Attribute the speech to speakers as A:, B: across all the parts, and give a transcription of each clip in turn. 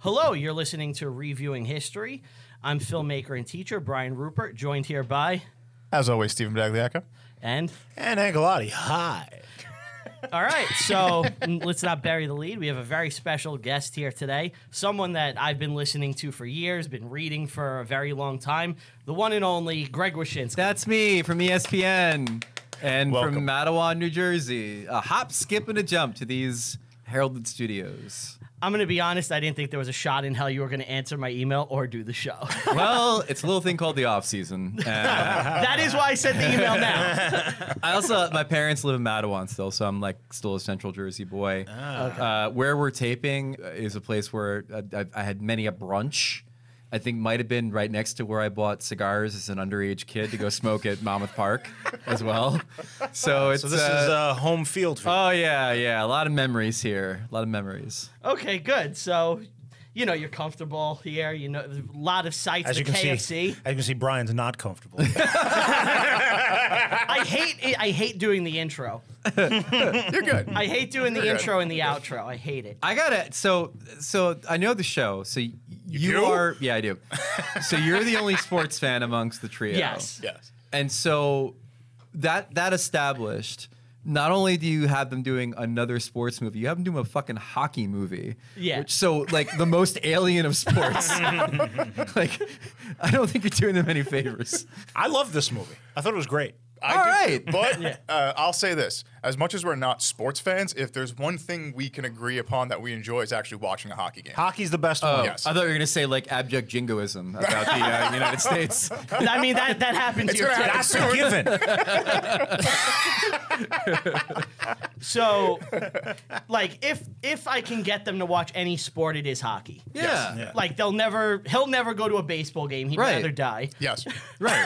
A: Hello, you're listening to Reviewing History. I'm filmmaker and teacher Brian Rupert, joined here by
B: As always, Stephen Bagliacco.
A: and
C: And Angelotti, hi.
A: all right. So let's not bury the lead. We have a very special guest here today, someone that I've been listening to for years, been reading for a very long time. The one and only Greg Wyszynski.
D: That's me from E ESPN and
B: Welcome.
D: from Mattawan, New Jersey. A hop, skip, and a jump to these heralded studios.
A: I'm going to be honest. I didn't think there was a shot in hell you were going to answer my email or do the show.
D: Well, it's a little thing called the off season. And
A: that is why I sent the email now.
D: I also my parents live in Mattawan still, so I'm like still a Central Jersey boy. Uh, where we're taping is a place where I, I, I had many a brunch. I think might have been right next to where I bought cigars as an underage kid to go smoke at Monmouth Park as well. So it's
C: So this
D: uh,
C: is uh, home field for
D: oh yeah yeah a lot of memories here a lot of memories.
A: Okay, good. So, you know, you're comfortable here. You know, there's a lot of sites.
C: as
A: the
C: you can
A: KFC.
C: see. As you can see, Brian's not comfortable.
A: I hate it. I hate doing the intro.
B: You're good.
A: I hate doing the
B: You're good.
A: intro and the outro. I hate it.
D: I gotta. So, so I know the show. So you,
B: do?
D: are. Yeah, I do. so you're the only sports fan amongst the trio.
A: Yes.
B: yes.
D: And so that that established. Not only do you have them doing another sports movie, you have them doing a fucking hockey movie.
A: Yeah.
D: Which, so like the most alien of sports. like, I don't think you're doing them any favors.
C: I love this movie. I thought it was great.
B: I
D: All
B: do
D: right.
B: too, But uh, I'll say this as much as we're not sports fans, if there's one thing we can agree upon that we enjoy is actually watching a hockey game.
C: Hockey's the best one.
B: Oh, yes.
D: Oh, I thought you were gonna say like abject jingoism about the uh, United States.
A: I mean that that happened to
B: It's
A: you.
B: gonna
A: too.
B: happen.
C: That's a given.
A: So, like, if if I can get them to watch any sport, it is hockey.
D: Yeah.
C: Yeah.
A: Like they'll never, he'll never go to a baseball game. He'd
D: Right.
A: rather die.
B: Yes.
D: Right.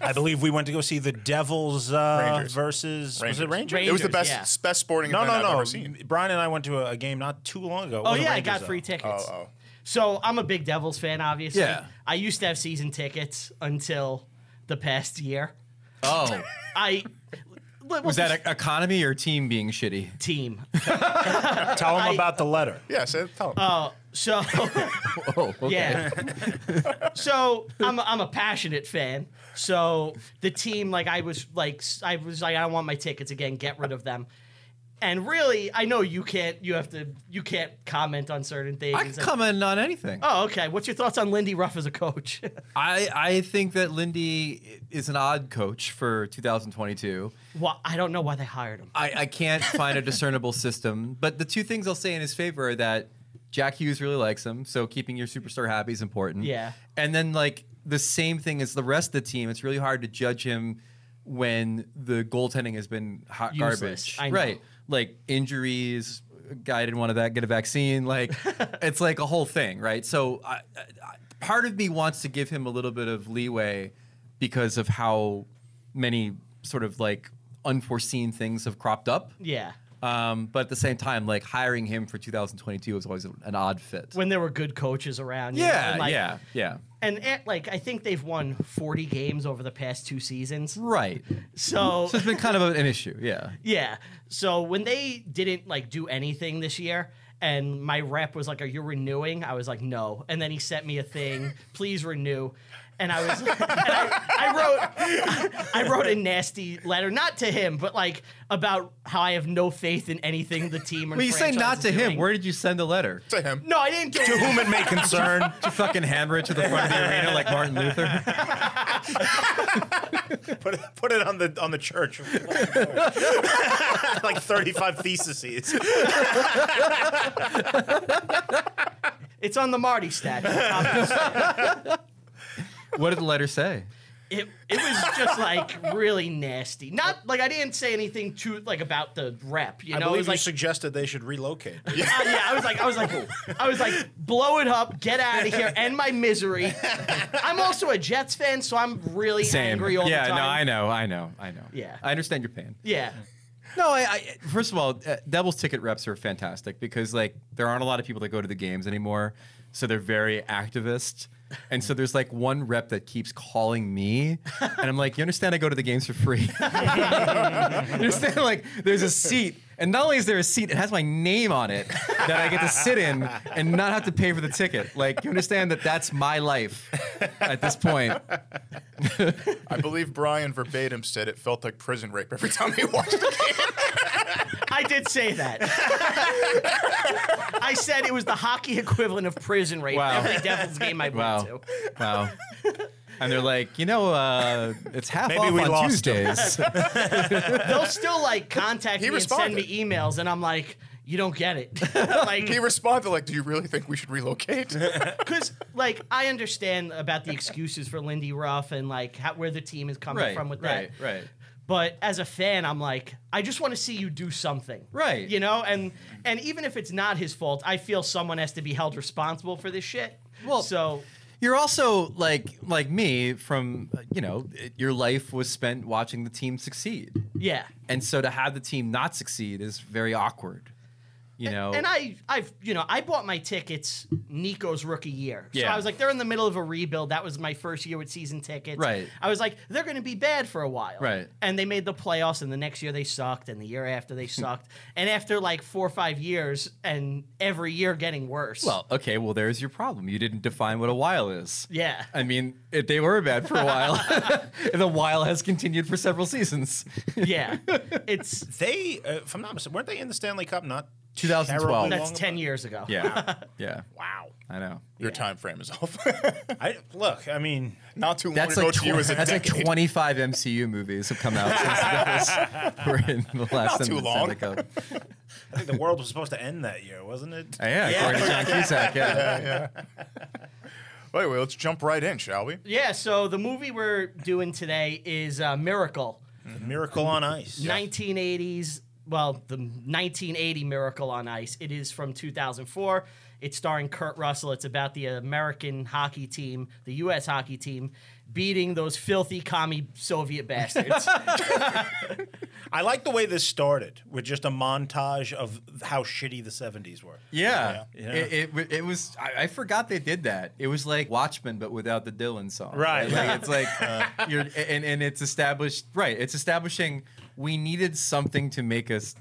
C: I believe we went to go see the Devils uh,
B: Rangers.
C: versus was it Rangers?
A: Rangers.
B: It was the best,
A: yeah.
B: best sporting
C: No,
B: event
C: no,
B: I've
C: no.
B: ever seen.
C: Brian and I went to a, a game not too long ago. It
A: Oh
C: wasn't
A: yeah, I
C: Rangers,
A: got
C: though.
A: free tickets.
B: Oh, oh.
A: So I'm a big Devils fan, obviously.
D: Yeah.
A: I used to have season tickets until the past year.
D: Oh.
A: I
D: Was that e- economy or team being shitty?
A: team?
C: Tell him
A: I-
C: about the letter.
B: Yes. it- tell 'em.
D: Uh,
A: So.
D: Oh, okay.
A: Yeah. so I'm a, I'm a passionate fan. So the team, like I was like s- I was like I don't want my tickets again. Get rid of them. And really, I know you can't. You have to. You can't comment on certain things.
D: I can comment on anything.
A: Oh, okay. What's your thoughts on Lindy Ruff as a coach?
D: I, I think that Lindy is an odd coach for 2022.
A: well, I don't know why they hired him.
D: I, I can't find a discernible system, but the two things I'll say in his favor are that Jack Hughes really likes him, so keeping your superstar happy is important.
A: Yeah.
D: And then, like, the same thing as the rest of the team, it's really hard to judge him when the goaltending has been hot
A: Useless.
D: garbage.
A: I know.
D: Right. Like, injuries, a guy didn't want to that, get a vaccine. Like, it's like a whole thing, right? So, I, I, I- part of me wants to give him a little bit of leeway because of how many sort of like unforeseen things have cropped up.
A: Yeah.
D: Um, but at the same time, like hiring him for 2022 was always an odd fit.
A: When there were good coaches around. you know,
D: yeah,
A: and, like,
D: yeah, yeah.
A: And eh, like I think they've won 40 games over the past two seasons.
D: Right.
A: So
D: So it's been kind of an issue. Yeah.
A: Yeah. So when they didn't like do anything this year, and my rep was like, "Are you renewing?" I was like, "No." And then he sent me a thing, "Please renew." And I was, and I, I wrote, I wrote a nasty letter, not to him, but like about how I have no faith in anything the team. Or
D: Well, you say
A: franchise
D: not
A: is
D: to him.
A: doing.
D: Where did you send the letter?
B: to him.
A: no, I didn't do
C: To
A: it.
C: whom it may concern.
D: Did you fucking hammer it to the front of the arena like Martin Luther?
C: Put it, put it on the on the church. like 35 theses.
A: It's on the Marty stat.
D: What did the letter say?
A: it, it was just like really nasty. Not like I didn't say anything to like about the rep. You know,
C: I
A: it
C: believe
A: was
C: you
A: like
C: suggested they should relocate.
A: Uh, yeah, I was like, I was like, I was like, blow it up, get out of here, end my misery. I'm also a Jets fan, so I'm really angry all
D: yeah,
A: the time.
D: no, I know, I know, I know.
A: Yeah.
D: I understand your pain.
A: Yeah,
D: No, I, I first of all, uh, Devils ticket reps are fantastic because like there aren't a lot of people that go to the games anymore, so they're very activist. And so there's like one rep that keeps calling me, and I'm like, you understand I go to the games for free. you understand? Like there's a seat, And not only is there a seat, it has my name on it that I get to sit in and not have to pay for the ticket. Like, you understand that that's my life at this point.
B: I believe Brian verbatim said it felt like prison rape every time he watched the game.
A: I did say that. I said it was the hockey equivalent of prison rape.
D: Wow.
A: Every Devils game I went
D: Wow.
A: to.
D: Wow. And they're like, you know, uh, it's half
C: Maybe
D: off
C: we
D: on
C: lost him.
D: Tuesdays.
A: They'll still like contact
B: He
A: me and send
B: responded.
A: me emails, and I'm like, you don't get it. like,
B: he responded like, "Do you really think we should relocate?"
A: because like I understand about the excuses for Lindy Ruff and like how, where the team is coming
D: right,
A: from with
D: right,
A: that.
D: right.
A: But as a fan, I'm like, I just want to see you do something,
D: Right.
A: You know, and and even if it's not his fault, I feel someone has to be held responsible for this shit.
D: Well-
A: so
D: You're also like like me from uh, you know it- your life was spent watching the team succeed,
A: yeah,
D: and so to have the team not succeed is very awkward. You know,
A: and I I've you know I bought my tickets Nico's rookie year, so
D: Yeah.
A: I was like, they're in the middle of a rebuild. That was my first year with season tickets.
D: Right.
A: I was like, they're going to be bad for a while.
D: Right.
A: And they made the playoffs, and the next year they sucked, and the year after they sucked, and after like four or five years, and every year getting worse.
D: well, okay, well there's your problem. You didn't define what a while is.
A: yeah.
D: I mean, if they were bad for a while, and the while has continued for several seasons.
A: yeah, it's
C: They, uh, if I'm not mistaken, weren't they in the Stanley Cup not
D: 2012.
C: terribly
A: that's
C: long
A: ten
C: ago?
A: years ago.
D: yeah, yeah,
C: Wow.
D: I know.
B: Your time frame is off.
C: I look. I mean,
B: Not too long
D: That's
B: ago
D: like,
B: to you
D: tw-
B: as a
D: that's like
B: decade.
D: 25 MCU movies have come out since those were in the Uh, last
B: Not too
D: Stanley
B: long.
D: Cup.
C: I think the world was supposed to end that year, wasn't it?
A: Eh?
D: Yeah, according to John Cusack. Yeah.
B: Wait, wait, let's jump right in, shall we?
A: Yeah, so the movie we're doing today is uh, Miracle,
C: The Miracle on Ice.
A: 1980s. Well, the 1980 Miracle on Ice. It is from 2004. It's starring Kurt Russell. It's about the American hockey team, the U.S. hockey team, beating those filthy commie Soviet bastards.
C: I like the way this started with just a montage of how shitty the 70s were.
D: Yeah.
C: Yeah.
D: It, it, wa- it was, I, I forgot they did that. It was like Watchmen, but without the Dylan song.
C: Right. Uh.
D: Like, it's like, you're, and, and it's established, right. It's establishing we needed something to make us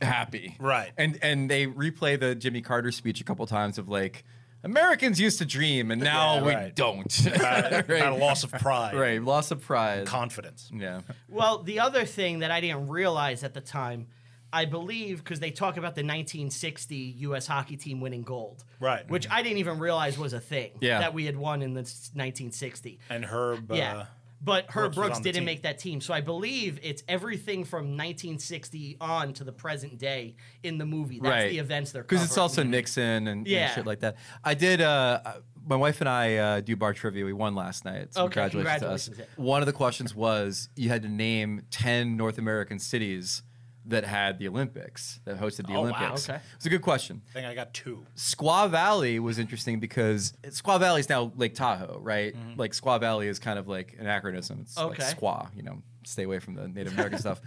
D: happy.
C: Right.
D: And, and they replay the Jimmy Carter speech a couple times of like, Americans used to dream and now
C: Yeah,
D: we
C: right.
D: don't.
C: About, about a loss of pride,
D: right. Loss of pride.
C: confidence.
D: yeah.
A: Well, the other thing that I didn't realize at the time, I believe, because they talk about the 1960 U.S. hockey team winning gold,
C: Right.
A: Which I didn't even realize was a thing.
D: Yeah.
A: that we had won in the s- 1960.
C: And Herb.
A: yeah,
C: Uh,
A: but Herb
C: Brooks was
A: Brooks
C: on the
A: didn't
C: team.
A: make that team, so I believe it's everything from 1960 on to the present day in the movie. That's
D: Right.
A: the events they're
D: because it's
A: covering.
D: also Nixon and, and
A: Yeah.
D: shit like that. I did. Uh, uh, my wife and I uh, do bar trivia. We won last night. So
A: Okay,
D: congratulations, to us.
A: congratulations, yeah.
D: One of the questions was you had to name ten North American cities that had the Olympics that hosted the
C: Oh, wow,
D: Olympics.
A: okay.
D: It's a good question.
C: I think I got two.
D: Squaw Valley was interesting because Squaw Valley is now Lake Tahoe, right? Like Squaw Valley is kind of like an anachronism. It's
A: Okay.
D: like Squaw, you know, stay away from the Native American stuff.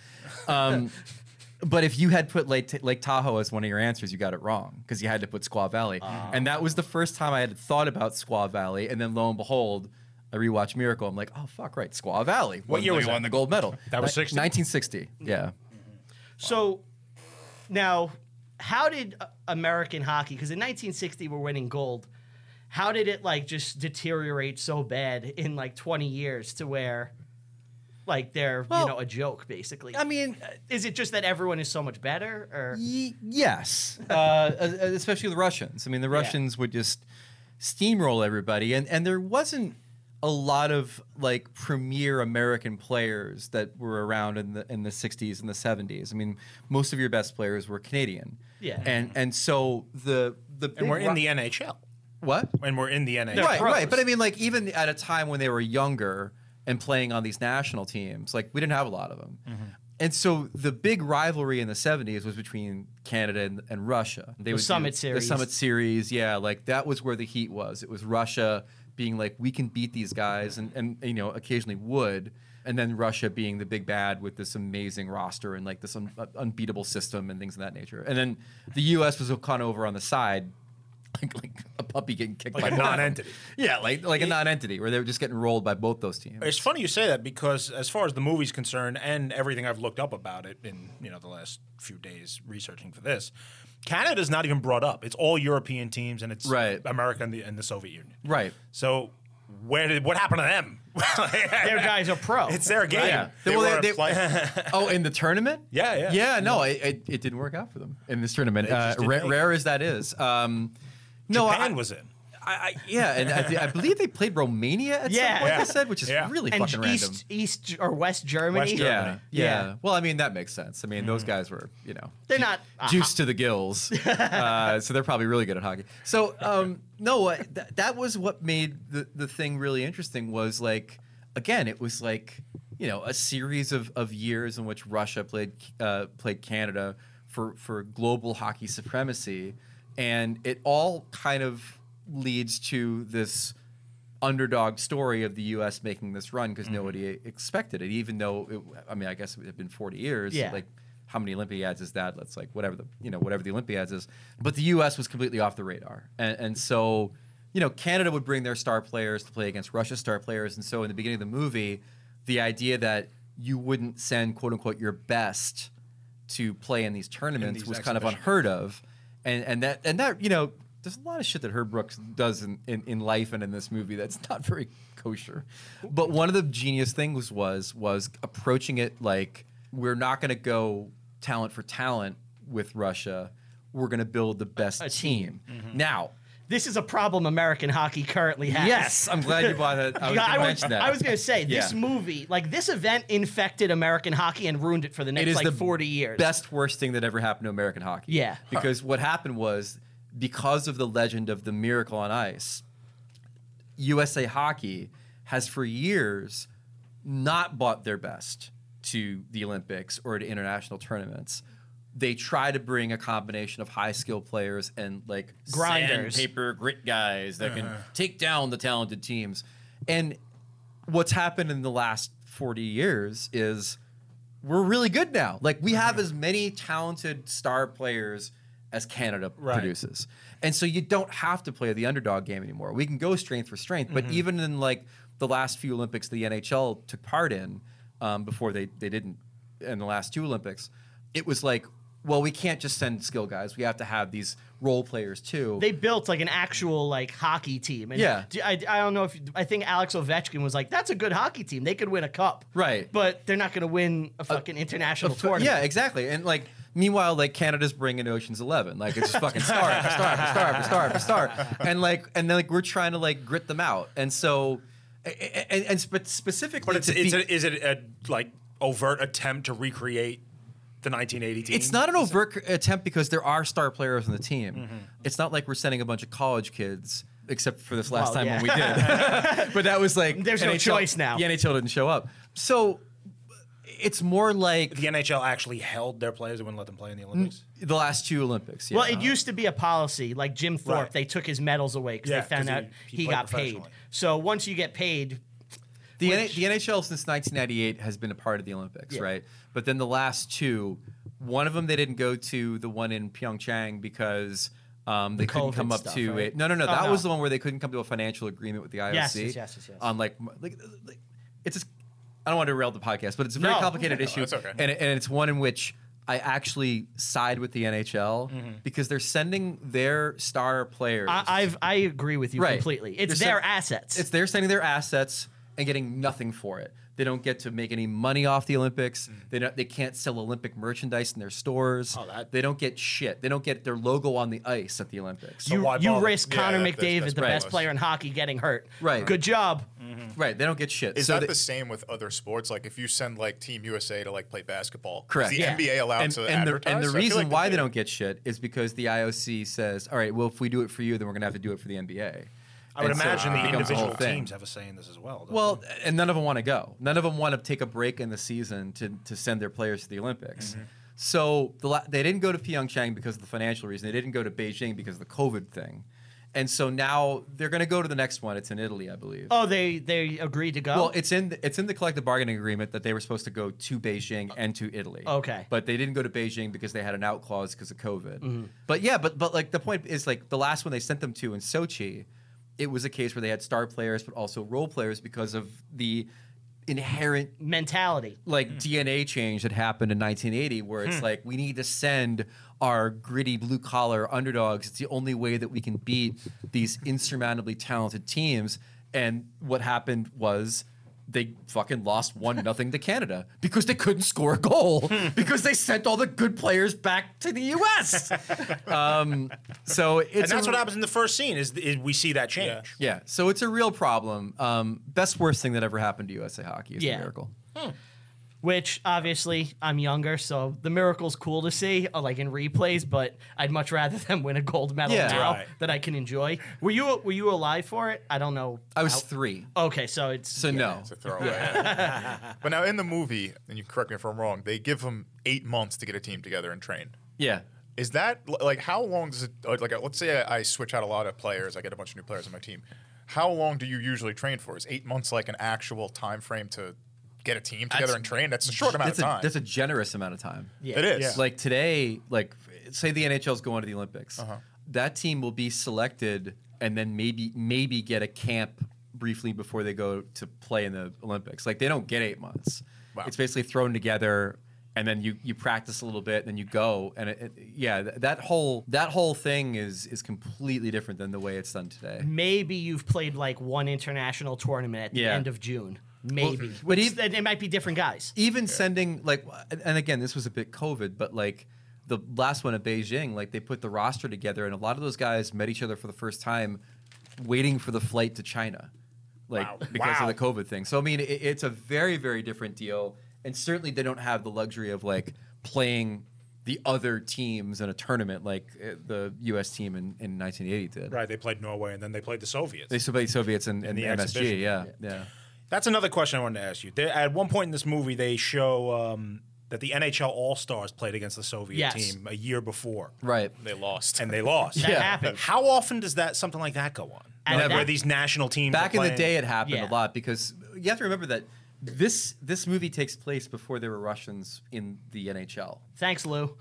D: Um, but if you had put Lake, Lake Tahoe as one of your answers, you got it wrong because you had to put Squaw Valley. And that was the first time I had thought about Squaw Valley. And then lo and behold, I rewatched Miracle. I'm like, oh, fuck, right. Squaw Valley. What
C: year
D: we
C: was that?
D: won the gold medal?
C: That was
D: Ni-
C: 60?
D: 1960. Yeah.
A: So now, how did uh, American hockey? Because in 1960 we're winning gold. How did it like just deteriorate so bad in like 20 years to where, like they're
D: Well,
A: you know a joke basically?
D: I mean,
A: is it just that everyone is so much better? Or
D: Y- yes, uh, e- especially the Russians. I mean, the Russians would just steamroll everybody, and and there wasn't a lot of like premier American players that were around in the in the '60s and the '70s. I mean, most of your best players were Canadian.
A: Yeah.
D: and and so the the big
C: And we're
D: Ru-
C: in the NHL.
D: what
C: And we're in the NHL.
A: They're
D: right,
A: pros.
D: right. But I mean, like even at a time when they were younger and playing on these national teams, like we didn't have a lot of them.
A: Mm-hmm.
D: And so the big rivalry in the '70s was between Canada and, and Russia. They would do
A: Summit
D: the
A: Series.
D: Summit Series, yeah, like that was where the heat was. It was Russia being like, we can beat these guys, and and you know occasionally would. And then Russia being the big bad with this amazing roster and like this uh, un- unbeatable system and things of that nature. And then the U.S. was kind of over on the side like, like a puppy getting kicked
C: Like
D: by
C: a
D: both of them.
C: non-entity.
D: Yeah, like like a non-entity where they were just getting rolled by both those teams.
C: It's funny you say that because, as far as the movie's concerned, and everything I've looked up about it in you know the last few days researching for this, Canada's not even brought up. It's all European teams, and it's
D: Right.
C: America and the, and the Soviet Union.
D: Right.
C: So, where did what happened to them?
A: Their guys are pro.
C: it's their game.
D: Yeah.
B: They
D: Well,
B: were
D: they-
B: flying-
D: oh, in the tournament?
C: Yeah, yeah.
D: Yeah, no, it, it, it didn't work out for them in this tournament. Uh,
C: just didn't
D: ra-
C: make it.
D: rare as that is. Um, no,
C: Japan
D: I,
C: was in.
D: I, I, yeah, and I, thi- I believe they played Romania at
A: Yeah.
D: some point.
A: Yeah.
D: I said, which is
C: Yeah.
D: really
A: and
D: fucking
A: East,
D: random.
A: East or West Germany.
C: West Germany.
D: Yeah, yeah,
A: Yeah.
D: Well, I mean that makes sense. I mean those
C: Mm.
D: guys were, you know,
A: They're not- ah,
D: juiced to the gills, uh, so they're probably really good at hockey. So um, no, uh, th- that was what made the the thing really interesting. Was like again, it was like you know a series of, of years in which Russia played uh, played Canada for for global hockey supremacy, and it all kind of leads to this underdog story of the U.S. making this run because nobody expected it, even though it, I mean, I guess it had been 40 years.
A: Yeah.
D: Like, how many Olympiads is that? Let's like whatever the you know whatever the Olympiads is, but the U.S. was completely off the radar, and, and so you know Canada would bring their star players to play against Russia's star players, and so in the beginning of the movie, the idea that you wouldn't send quote unquote your best to play in these tournaments
C: these
D: was kind of
C: exhibitions.
D: unheard of, and and that and that you know there's a lot of shit that Herb Brooks does in, in, in life and in this movie that's not very kosher, but one of the genius things was was approaching it like we're not going to go talent for talent with Russia, we're going to build the best team. Now,
A: This is a problem American hockey currently has.
D: yes, I'm glad you brought that. I was
A: Yeah,
D: going to
A: would-
D: mention that.
A: I was gonna say this
D: Yeah.
A: movie, like this event, infected American hockey and ruined it for the next like forty years.
D: Best worst thing that ever happened to American hockey.
A: Yeah.
D: Because what happened was because of the legend of the miracle on ice, USA Hockey has for years not bought their best to the Olympics or to international tournaments. They try to bring a combination of high skill players and like
A: Grinders.
D: paper grit guys that can take down the talented teams. And what's happened in the last 40 years is we're really good now. Like we have as many talented star players as Canada produces. And so you don't have to play the underdog game anymore. We can go strength for strength, but even in like the last few Olympics the NHL took part in um, before they, they didn't in the last two Olympics, it was like, well, we can't just send skill guys. We have to have these role players too.
A: they built like an actual like hockey team. And
D: Yeah.
A: d- I, I don't know if I think Alex Ovechkin was like, "That's a good hockey team. They could win a cup."
D: Right.
A: But they're not gonna win a fucking international tournament.
D: Yeah, exactly. And like, meanwhile, like Canada's bringing Ocean's Eleven. Like it's just fucking star after star after star after star after star. And like, and then like we're trying to like grit them out. And so, a- a- and, and spe- specifically,
C: But it's,
D: to
C: it's
D: be-
C: a, is it a like overt attempt to recreate the 1980 team?
D: It's not an overt c- attempt because there are star players on the team.
C: Mm-hmm.
D: It's not like we're sending a bunch of college kids, except for this last
A: Well,
D: time
A: yeah.
D: when we did. but that was like
A: There's no choice now.
D: The NHL didn't show up, so it's more like
C: The NHL actually held their players; they wouldn't let them play in the Olympics.
D: the last two Olympics.
A: Well,
D: yeah.
A: it used to be a policy. Like Jim Thorpe,
C: Right.
A: they took his medals away because
C: Yeah,
A: they found
C: 'cause he-
A: out
C: he
A: he
C: played
A: got paid.
C: professionally.
A: So once you get paid,
D: The,
A: Which-
D: N- the NHL since 1998 has been a part of the Olympics,
A: Yeah.
D: right? But then the last two, one of them they didn't go to, the one in Pyeongchang because um, they
A: COVID
D: couldn't come up
A: stuff,
D: to
A: right?
D: it. No, no, no.
A: Oh,
D: that
A: no.
D: was the one where they couldn't come to a financial agreement with the IOC.
A: Yes, yes, yes, yes, yes.
D: On Um, like, m- like, like- it's just, I don't want to derail the podcast, but it's a very
A: No.
D: complicated issue,
B: that's okay.
D: and, it- and it's one in which. I actually side with the NHL because they're sending their star players.
A: Mm-hmm. I, I've I agree with you
D: Right.
A: completely. It's
D: You're
A: their
D: sen-
A: assets.
D: It's they're sending their assets and getting nothing for it. They don't get to make any money off the Olympics. They don't, they can't sell Olympic merchandise in their stores.
C: that-
D: They don't get shit. They don't get their logo on the ice at the Olympics.
A: you,
C: why
A: you
C: bother?
A: risk
B: Yeah,
A: Connor
B: that- that's-
A: McDavid,
B: that's
A: the
B: Mm-hmm.
D: right.
A: best player in hockey, getting hurt.
D: Right.
A: Good job.
D: right. They don't get shit.
B: Is
D: so
B: that
D: they-
B: the same with other sports? Like if you send like Team USA to like play basketball,
D: Correct.
B: Is the
D: Yeah.
B: NBA allowed
D: and,
B: to
D: and the,
B: advertise?
D: and the
B: I feel
D: reason
B: like
D: why they don't get shit is because the IOC says, all right, well, if we do it for you, then we're going to have to do it for the NBA.
C: I would
D: And so it
C: imagine the
D: becomes a whole
C: individual
D: thing.
C: teams have uh, a say in this as well. don't
D: Well, and none of them want to go. None of them want to take a break in the season to, to send their players to the Olympics. So the, la- they didn't go to Pyeongchang because of the financial reason. They didn't go to Beijing because of the COVID thing. and so now they're going to go to the next one. It's in Italy, I believe.
A: Oh, they they agreed to go.
D: Well, it's in the, it's in the collective bargaining agreement that they were supposed to go to Beijing and to Italy.
A: Okay. Mm-hmm.
D: But they didn't go to Beijing because they had an out clause because of COVID. But yeah, but but like the point is like the last one they sent them to in Sochi, it was a case where they had star players but also role players because of the inherent
A: mentality.
D: like
C: Mm.
D: DNA change that happened in 1980, where
C: Hmm.
D: it's like we need to send our gritty blue collar underdogs. It's the only way that we can beat these insurmountably talented teams. And what happened was they fucking lost one nothing to Canada because they couldn't score a goal
C: Hmm.
D: because they sent all the good players back to the U.S. um, so it's
C: and that's
D: a-
C: what happens in the first scene is, is we see that change.
D: Yeah, so it's a real problem. Um, best worst thing that ever happened to USA hockey is
A: Yeah.
D: a miracle.
A: Which obviously I'm younger, so the miracle's cool to see, uh, like in replays. But I'd much rather them win a gold medal
D: Yeah.
A: now
C: Right.
A: that I can enjoy. Were you were you alive for it? I don't know.
D: I was
A: how-
D: three,
A: okay, so it's
D: so no.
B: It's a throwaway. but now in the movie, and you correct me if I'm wrong, they give them eight months to get a team together and train.
D: Yeah.
B: Is that l- like how long does it uh, like? uh, Let's say I, I switch out a lot of players, I get a bunch of new players on my team. How long do you usually train for? Is eight months like an actual time frame to get a team together and train? That's a short amount
D: that's
B: of
D: a,
B: time.
D: That's a generous amount of time.
A: Yeah.
B: It is.
C: Yeah.
D: Like today, like say the NHL's going to the Olympics,
B: Uh-huh.
D: that team will be selected and then maybe maybe get a camp briefly before they go to play in the Olympics. Like they don't get eight months.
B: Wow.
D: It's basically thrown together. And then you, you practice a little bit, and then you go, and it, it, yeah, th- that whole that whole thing is is completely different than the way it's done today.
A: maybe you've played like one international tournament at the
D: Yeah.
A: end of June. Maybe.
D: but
A: Which,
D: ev- e-
A: then it might be different guys.
D: even sending like and- and again this was a bit covid but like the last one at beijing like they put the roster together and a lot of those guys met each other for the first time waiting for the flight to china like
C: Wow.
D: because
C: Wow.
D: of the covid thing so i mean it, it's a very very different deal and certainly they don't have the luxury of like playing the other teams in a tournament like uh, the us team in, in 1980 did
C: Right, they played Norway and then they played the Soviets.
D: they still played soviets and, and,
C: the
D: msg
C: exhibition.
D: yeah yeah
C: That's another question I wanted to ask you. There at one point in this movie, they show um, that the NHL All Stars played against the Soviet
A: Yes.
C: team a year before,
D: right
B: they lost.
C: and they lost.
A: That
D: Yeah.
A: happened.
C: How often does that something like that go on?
A: And
C: Like,
A: that-
C: where these national teams
D: back
C: are
D: in the
C: playing-
D: day it happened
A: Yeah.
D: a lot because you have to remember that this this movie takes place before there were Russians in the NHL.
A: Thanks, Lou.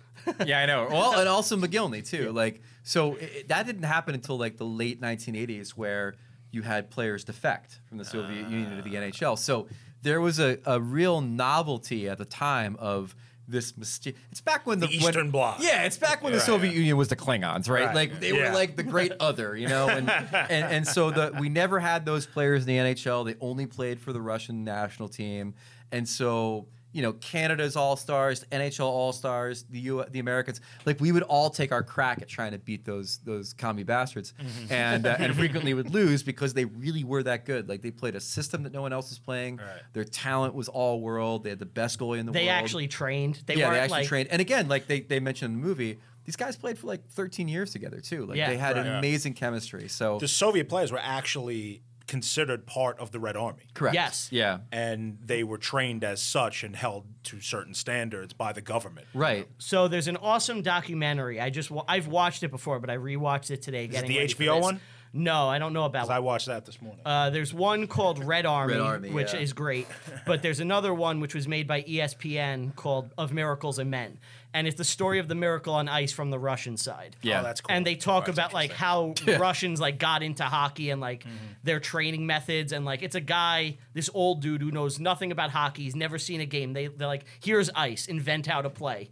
D: yeah, I know. Well, and also McGillney too. Like so it, it- that didn't happen until like the late 1980s where you had players defect from the Soviet Union to the NHL. So there was a, a real novelty at the time of this mysterious. It's back when the,
C: The
D: when-
C: Eastern Bloc.
D: Yeah, it's back when the Soviet Union was the Klingons, right?
C: Right.
D: Like they
C: Yeah.
D: were like the great other, you know. And, and and so the we never had those players in the NHL. They only played for the Russian national team, and so you know Canada's all stars, NHL all stars, the U the Americans, like we would all take our crack at trying to beat those those commie bastards,
A: Mm-hmm.
D: and uh, and frequently would lose because they really were that good. Like they played a system that no one else was playing. Their talent was all world. They had the best goalie in the
A: They
D: world
A: actually trained. They
D: yeah,
A: weren't
D: they actually
A: like
D: trained. And again, like they, they mentioned in the movie, these guys played for like 13 years together too. Like
A: Yeah.
D: they had
A: Right.
B: Yeah.
D: amazing chemistry. So
C: the Soviet players were actually considered part of the Red Army.
D: correct.
A: Yes.
D: Yeah.
C: And they were trained as such and held to certain standards by the government.
D: Right.
A: So there's an awesome documentary. I just wa- I've watched it before, but I rewatched it today. getting
C: the
A: ready for
C: HBO
A: this.
C: one?
A: No, I don't know about
C: 'Cause I watched that this morning.
A: Uh, there's one called Red Army,
D: Red Army,
A: which
D: yeah.
A: is great, but there's another one which was made by E ESPN called "Of Miracles and Men," and it's the story of the miracle on ice from the Russian side.
D: Yeah.
C: Oh, that's cool.
A: And they talk about like how Russians like got into hockey and like
D: Mm-hmm.
A: their training methods and like it's a guy, this old dude who knows nothing about hockey, he's never seen a game. They they're like, here's ice, invent how to play.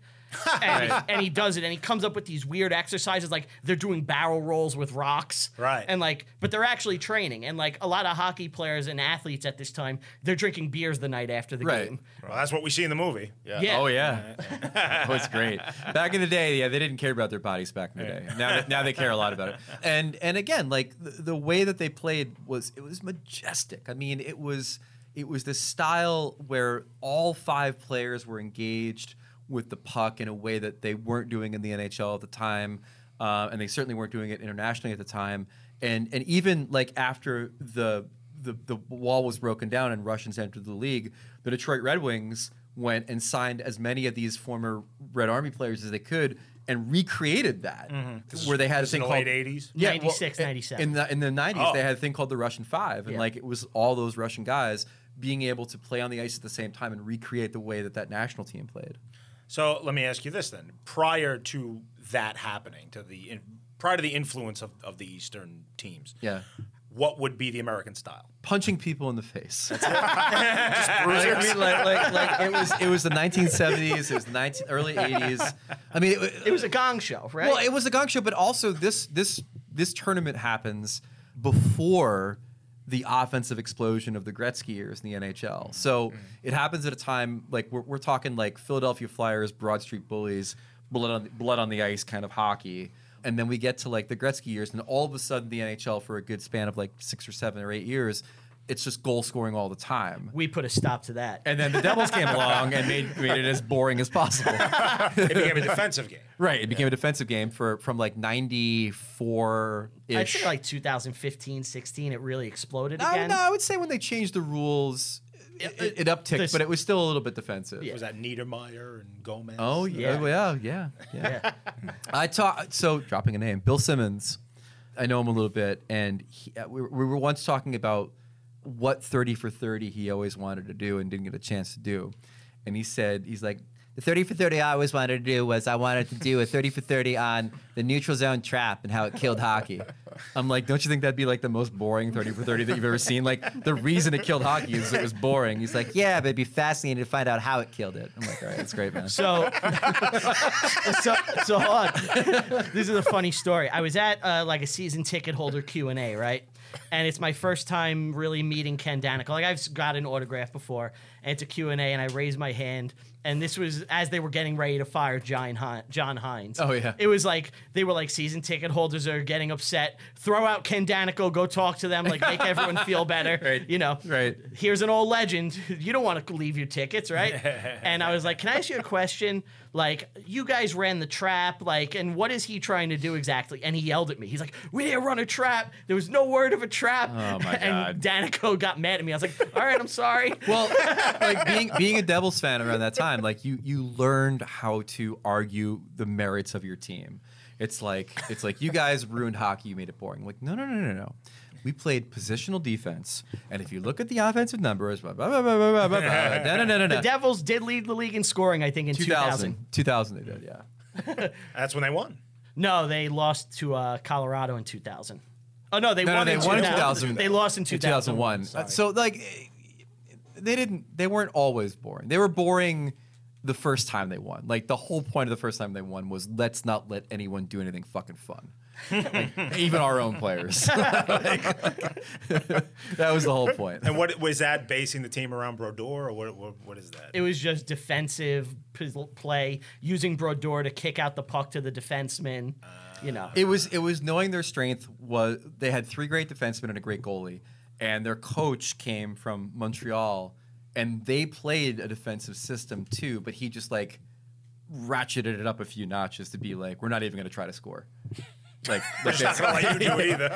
A: and, and he does it and he comes up with these weird exercises like they're doing barrel rolls with rocks
C: Right.
A: and like but they're actually training and like a lot of hockey players and athletes at this time they're drinking beers the night after the
D: Right.
A: game
C: well, that's what we see in the movie.
A: Yeah.
D: Oh yeah. that was great. Back in the day, yeah, they didn't care about their bodies back in the day. Now, now they care a lot about it. And and again, like the, the way that they played was it was majestic. I mean, it was it was this style where all five players were engaged with the puck in a way that they weren't doing in the NHL at the time, uh, and they certainly weren't doing it internationally at the time. And and even like after the the, the wall was broken down and Russians entered the league, the Detroit Red Wings went and signed as many of these former Red Army players as they could and recreated that where they had
C: Mm-hmm.
D: a
C: This is in
D: thing
C: the
D: called
C: late 80s?
D: Yeah, well,
A: 96,
D: i-
A: 97.
D: In the in the 90s
C: Oh.
D: they had a thing called the Russian 5 and
A: Yeah.
D: like it was all those Russian guys being able to play on the ice at the same time and recreate the way that that national team played.
C: So let me ask you this then: prior to that happening, to the in, prior to the influence of, of the Eastern teams,
D: Yeah.
C: what would be the American style?
D: Punching people in the face. Like, I mean, like, like, like it was it was the 1970s, it was the 19, early 80s. I mean, it,
A: It was a gong show, right?
D: Well, it was a gong show, but also this this this tournament happens before the offensive explosion of the Gretzky years in the NHL. So it happens at a time like we're, we're talking like Philadelphia Flyers, Broad Street Bullies, blood on blood on the ice kind of hockey. And then we get to like the Gretzky years, and all of a sudden the NHL for a good span of like six or seven or eight years, it's just goal scoring all the time.
A: we put a stop to that.
D: And then the Devils came along and made, made it as boring as possible.
C: It became a defensive game.
D: Right. It became a defensive game for from like 94
A: I'd
D: ish.
A: say like 2015, 16, it really exploded
D: no,
A: again.
D: no, I would say when they changed the rules, it, it, it upticked,
A: this-
D: but it was still a little bit defensive.
A: Yeah.
C: Was that Niedermeyer and Gomez?
D: Oh, yeah.
A: Yeah.
D: Yeah. Yeah. yeah.
A: Yeah.
D: I talk so dropping a name, Bill Simmons. I know him a little bit, and he, uh, we, were- we were once talking about what thirty for thirty he always wanted to do and didn't get a chance to do, and he said he's like the thirty for thirty I always wanted to do was I wanted to do a thirty for thirty on the neutral zone trap and how it killed hockey. I'm like, don't you think that'd be like the most boring thirty for thirty that you've ever seen? Like the reason it killed hockey is it was boring. He's like, yeah, but it'd be fascinating to find out how it killed it. I'm like, all right, that's great, man.
A: So, so, so hold on. This is a funny story. I was at uh, like a season ticket holder Q and A, right? And it's my first time really meeting Ken Danica. Like I've got an autograph before, and it's a Q and A, and I raised my hand. And this was as they were getting ready to fire John Hi- John Hines.
D: Oh, yeah.
A: It was like they were like season ticket holders are getting upset. Throw out Ken Danico. Go talk to them. Like make everyone feel better.
D: Right.
A: You know
D: Right.
A: here's an old legend. You don't want to leave your tickets, right? and I was like, can I ask you a question? Like, you guys ran the trap, like, and what is he trying to do exactly? And he yelled at me. He's like, we didn't run a trap. There was no word of a trap.
D: Oh, my
A: and Danico got mad at me. I was like, all right, I'm sorry.
D: Well, like being being a Devils fan around that time, like you you learned how to argue the merits of your team. It's like it's like you guys ruined hockey, you made it boring. Like no no no no no. We played positional defense, and if you look at the offensive numbers, blah blah blah blah blah blah. blah no no no no no.
A: The Devils did lead the league in scoring, I think, in 2000.
D: 2000, 2000 they did, yeah.
C: That's when they won.
A: No, they lost to uh, Colorado in 2000. Oh, no, they
D: No,
A: won
D: no, they
A: in
D: won in
A: 2000.
D: 2000.
A: They lost in
D: In
A: 2001.
D: 2001. Uh, So like they didn't they weren't always boring. They were boring the first time they won. Like the whole point of the first time they won was let's not let anyone do anything fucking fun. Like, even our own players. Like, that was the whole point.
C: And what was that basing the team around Brodeur, or what? What, what is that?
A: It was just defensive p- play, using Brodeur to kick out the puck to the defenseman. you know,
D: It was it was knowing their strength was they had three great defensemen and a great goalie, and their coach came from Montreal, and they played a defensive system too. But he just like ratcheted it up a few notches to be like, we're not even going to try to score. Like, like
C: Not gonna let you do it either.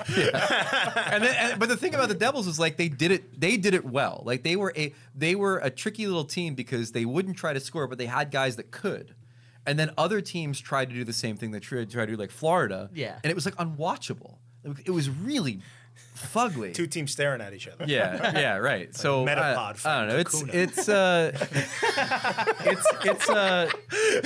D: and then, and, but the thing about the Devils was like they did it. They did it well. Like they were a they were a tricky little team because they wouldn't try to score, but they had guys that could. And then other teams tried to do the same thing. They tried to try to do like Florida.
A: Yeah.
D: and it was like unwatchable. It, it was really fugly.
C: Two teams staring at each other.
D: yeah, yeah, right. So I,
C: Metapod
D: I don't know. It's
C: from Kakuna.
D: it's uh, it's it's uh,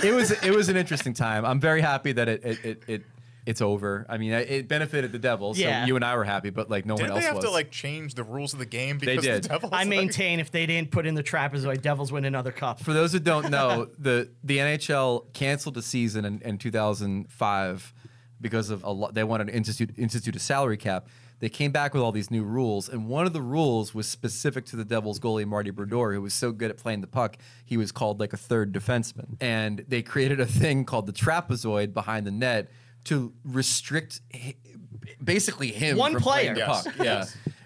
D: it was it was an interesting time. I'm very happy that it it it. it it's over. I mean, it benefited the Devils,
A: Yeah.
D: so you and I were happy, but like no
B: Did
D: one else
B: they have
D: was.
B: to like change the rules of the game because
D: did.
B: the Devils?
A: I
B: like-
A: maintain if they didn't put in the trapezoid, Devils win another cup.
D: for those who don't know, the the NHL canceled the season in, in 2005 because of a lot. They wanted to institute institute a salary cap. They came back with all these new rules, and one of the rules was specific to the Devils goalie Marty Brodeur, who was so good at playing the puck, he was called like a third defenseman. And they created a thing called the trapezoid behind the net to restrict, hi- basically him
A: One
D: from playing
A: player.
D: the puck. Yeah.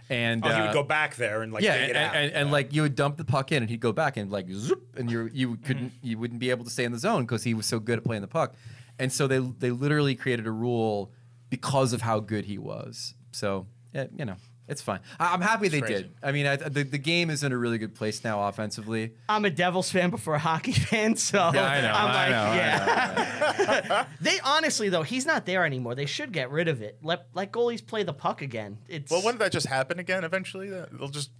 D: And
C: Oh, he
D: uh,
C: would go back there and like
D: yeah,
C: dig
D: and,
C: it out.
D: and, and like you would dump the puck in, and he'd go back and like zoop, and you you couldn't you wouldn't be able to stay in the zone because he was so good at playing the puck, and so they they literally created a rule because of how good he was. So eh, you know, It's fine. I, I'm happy they
B: crazy.
D: did. I mean, I, the the game is in a really good place now offensively.
A: I'm a Devils fan before a hockey fan, so I'm like, yeah. They honestly though, he's not there anymore. They should get rid of it. Let let goalies play the puck again. It's
B: Well, wouldn't that just happen again eventually? That- They'll just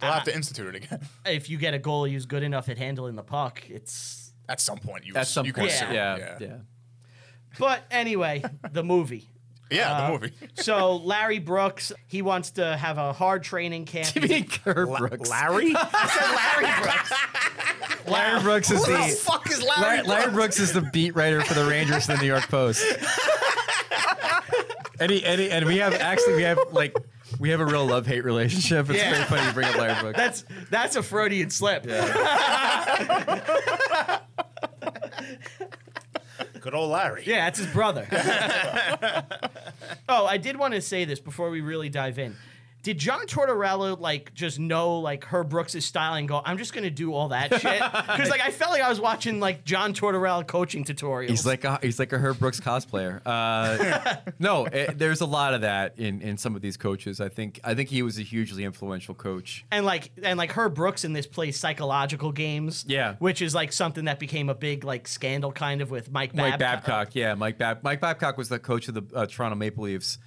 B: they'll have to institute it again
A: if you get a goalie who's good enough at handling the puck, it's.
B: at some point. You
D: At some
B: you
D: point,
A: Yeah.
B: consider it,
D: yeah, yeah.
B: yeah,
A: But anyway, the movie.
B: Yeah,
C: Um,
B: the movie.
A: So Larry Brooks, he wants to have a hard training camp.
D: Jimmy Kerr Brooks.
C: Larry?
A: Larry Brooks.
D: Larry Brooks is
B: Who the
D: the
B: fuck is
D: Larry,
B: Larry?
D: Larry Brooks is the beat writer for the Rangers in the New York Post. And, he, and, he- and we have actually we have like we have a real love hate relationship. It's
A: Yeah.
D: very funny you bring up Larry Brooks.
A: That's that's a Freudian slip.
C: Good old Larry.
A: Yeah, that's his brother. oh, I did want to say this before we really dive in. Did John Tortorella like just know like her Brooks' style and go, I'm just gonna do all that shit? Because like I felt like I was watching like John Tortorella coaching tutorials.
D: He's like a, he's like a Herb Brooks cosplayer. Uh, no, eh, there's a lot of that in, in some of these coaches. I think I think he was a hugely influential coach.
A: and like and like her Brooks in this plays psychological games.
D: Yeah.
A: Which is like something that became a big like scandal kind of with Mike Babcock.
D: Mike Babcock, yeah, Mike Bab- Mike Babcock was the coach of the uh, Toronto Maple Leafs.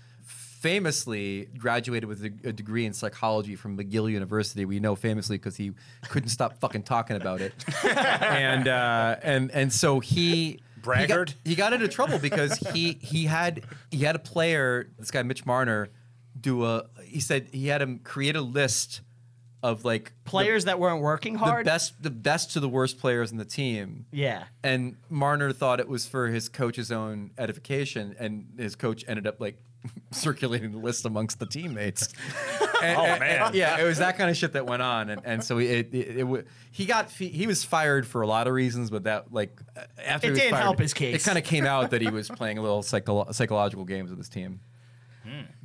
D: Famously graduated with a, a degree in psychology from McGill University. We know famously because he couldn't stop fucking talking about it, and uh, and and so he. He
C: Braggart.
D: got, he got into trouble because he he had he had a player, this guy Mitch Marner, do a. He said he had him create a list of like the-
A: Players that weren't working
D: the
A: hard.
D: best the best to the worst players in the team.
A: Yeah.
D: And Marner thought it was for his coach's own edification, and his coach ended up like circulating the list amongst the teammates. And-
C: Oh,
D: and-
C: man.
D: and, yeah, it was that kind of shit that went on, and, and so it, it, it, wa- he got he, he was fired for a lot of reasons, but that like uh, after
A: It
D: he was
A: didn't
D: fired,
A: help his case.
D: It kind of came out that he was playing a little psycholo- psychological games with his team.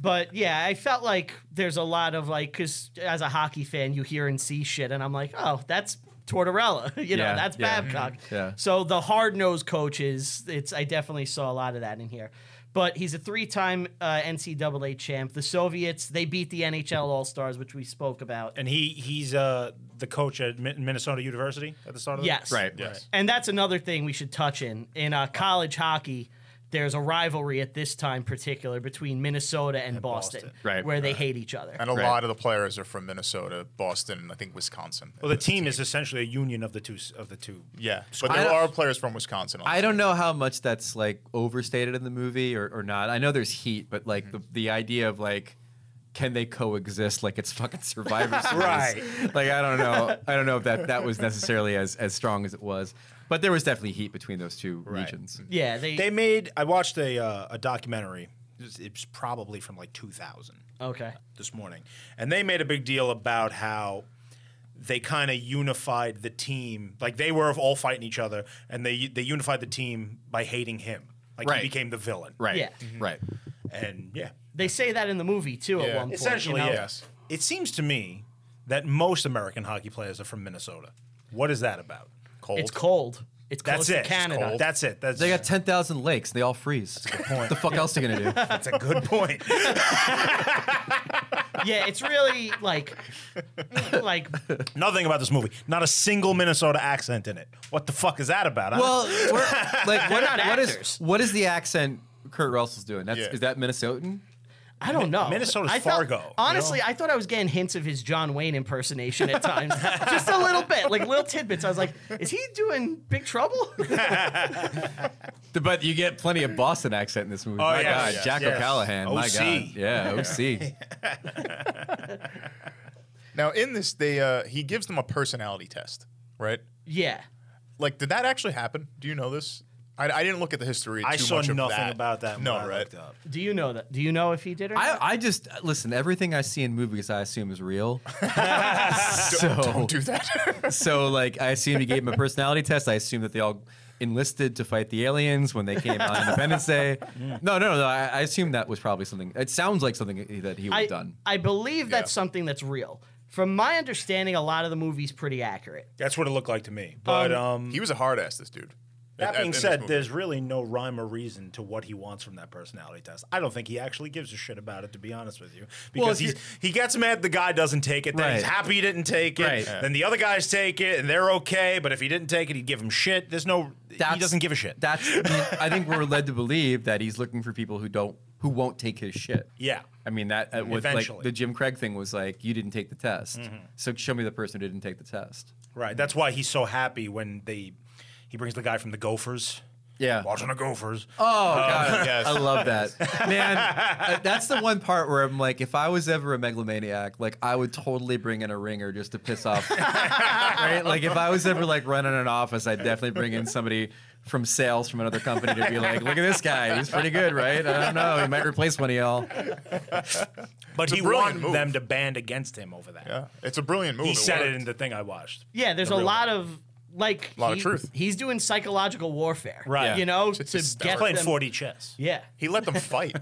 A: But yeah, I felt like there's a lot of like, because as a hockey fan, you hear and see shit, and I'm like, oh, that's Tortorella, you know,
D: Yeah,
A: that's
D: yeah. Mm-hmm.
A: Babcock.
D: Yeah.
A: So the hard nosed coaches, it's I definitely saw a lot of that in here. But he's a three time uh, NCAA champ. The Soviets they beat the NHL All Stars, which we spoke about.
C: And he he's uh, the coach at Min- Minnesota University at the start of the
A: Yes.
D: Right.
B: Yes.
A: And that's another thing we should touch in. In uh, college hockey, there's a rivalry at this time particular between Minnesota and, Boston,
C: Boston.
D: Right.
A: where they hate each other.
B: And a lot of the players are from Minnesota, Boston, and I think Wisconsin.
C: Well, the team is essentially a union of the two s- of the two.
B: yeah, but
D: I
B: there
D: don't-
B: are players from Wisconsin. on
D: I don't know how much that's like overstated in the movie or, or not. I know there's heat, but like the, the idea of like can they coexist like it's fucking survivor series.
C: Right.
D: Like I don't know. I don't know if that, that was necessarily as, as strong as it was. But there was definitely heat between those two regions.
A: yeah,
C: They made. I watched a uh, a documentary. It's, it's probably from like 2000.
A: Okay.
C: this morning, and they made a big deal about how they kind of unified the team. Like they were all fighting each other, and they they unified the team by hating him. Like
D: Right.
C: he became the villain.
D: Right.
A: Yeah.
D: Right.
C: And yeah,
A: They say that in the movie too at
B: Yeah.
A: one point.
C: essentially,
A: you know?
C: yeah.
B: Yes.
C: It seems to me that most American hockey players are from Minnesota. What is that about?
B: cold.
A: It's cold. It's close
C: That's
A: to
C: it.
A: Canada.
C: That's it. That's
D: They got ten thousand lakes, they all freeze. What the fuck else are they gonna do?
C: That's a good point.
A: yeah, it's really like like
C: Nothing about this movie. Not a single Minnesota accent in it. What the fuck is that about? I don't-
D: Well, we're, like what,
A: not
D: what is
A: actors.
D: what is the accent Kurt Russell's doing? That's
B: Yeah.
D: is that Minnesotan?
A: I don't know.
C: Minnesota's
A: I felt-
C: Fargo,
A: honestly, I thought I was getting hints of his John Wayne impersonation at times. Just a little bit, like little tidbits. I was like, is he doing Big Trouble?
D: But you get plenty of Boston accent in this movie. my
C: Oh, yes,
D: God,
C: yes,
D: Jack
C: yes.
D: O'Callahan. My
C: OC.
D: God, yeah, OC.
B: now in this, they uh, he gives them a personality test, right?
A: yeah.
B: Like, did that actually happen? Do you know this? I, I didn't look at the history.
C: I
B: too
C: saw
B: much of
C: nothing
B: that.
C: about that. when
B: No,
C: I
B: right?
C: looked up.
A: Do you know that? Do you know if he did or
D: I,
A: not?
D: I just listen. Everything I see in movies, I assume is real. so,
B: Don't do that.
D: so like, I assume he gave him a personality test. I assume that they all enlisted to fight the aliens when they came on Independence Day. No, no, no. I, I assume that was probably something. It sounds like something that he would
A: I,
D: have done.
A: I believe that's
B: Yeah.
A: something that's real. From my understanding, a lot of the movie's pretty accurate.
C: That's what it looked like to me. But um,
B: he was a hard ass. This dude.
C: That
B: At- at-
C: being
B: in this
C: said,
B: movie.
C: there's really no rhyme or reason to what he wants from that personality test. I don't think he actually gives a shit about it, to be honest with you,
D: Well,
C: because
D: if
C: he's,
D: you're-
C: he gets mad the guy doesn't take it. Then he's
D: Right.
C: happy he didn't take it.
D: Right.
C: Then the other guys take it, and they're okay. But if he didn't take it, he'd give him shit. There's no. he
D: That's-
C: doesn't give a shit.
D: That's I think we're led to believe that he's looking for people who don't who won't take his shit.
C: Yeah.
D: I mean that uh, was like
C: Eventually. Mm-hmm.
D: the Jim Craig thing was like you didn't take the test. So show me the person who didn't take the test.
C: Right. That's why he's so happy when they he brings the guy from the Gophers.
D: Yeah.
C: Watching the Gophers.
D: Oh god,
B: yes.
D: I love that, man. uh, That's the one part where I'm like, if I was ever a megalomaniac, like I would totally bring in a ringer just to piss off. right? Like if I was ever like running an office, I'd definitely bring in somebody from sales from another company to be like, look at this guy, he's pretty good, right? I don't know, he might replace one of y'all.
C: But
B: a
C: he
B: brilliant
C: wanted
B: move.
C: them to band against him over that.
B: Yeah, it's a brilliant movie.
C: He said it in the thing I watched.
A: Yeah, there's
C: The
A: a
C: real
A: lot of like
B: Lot of truth.
A: He's doing psychological warfare,
C: Right.
A: You know,
B: It's
A: to
B: hysterical.
A: get
C: Playing
A: them-
C: 4D chess.
A: Yeah,
B: He let them fight,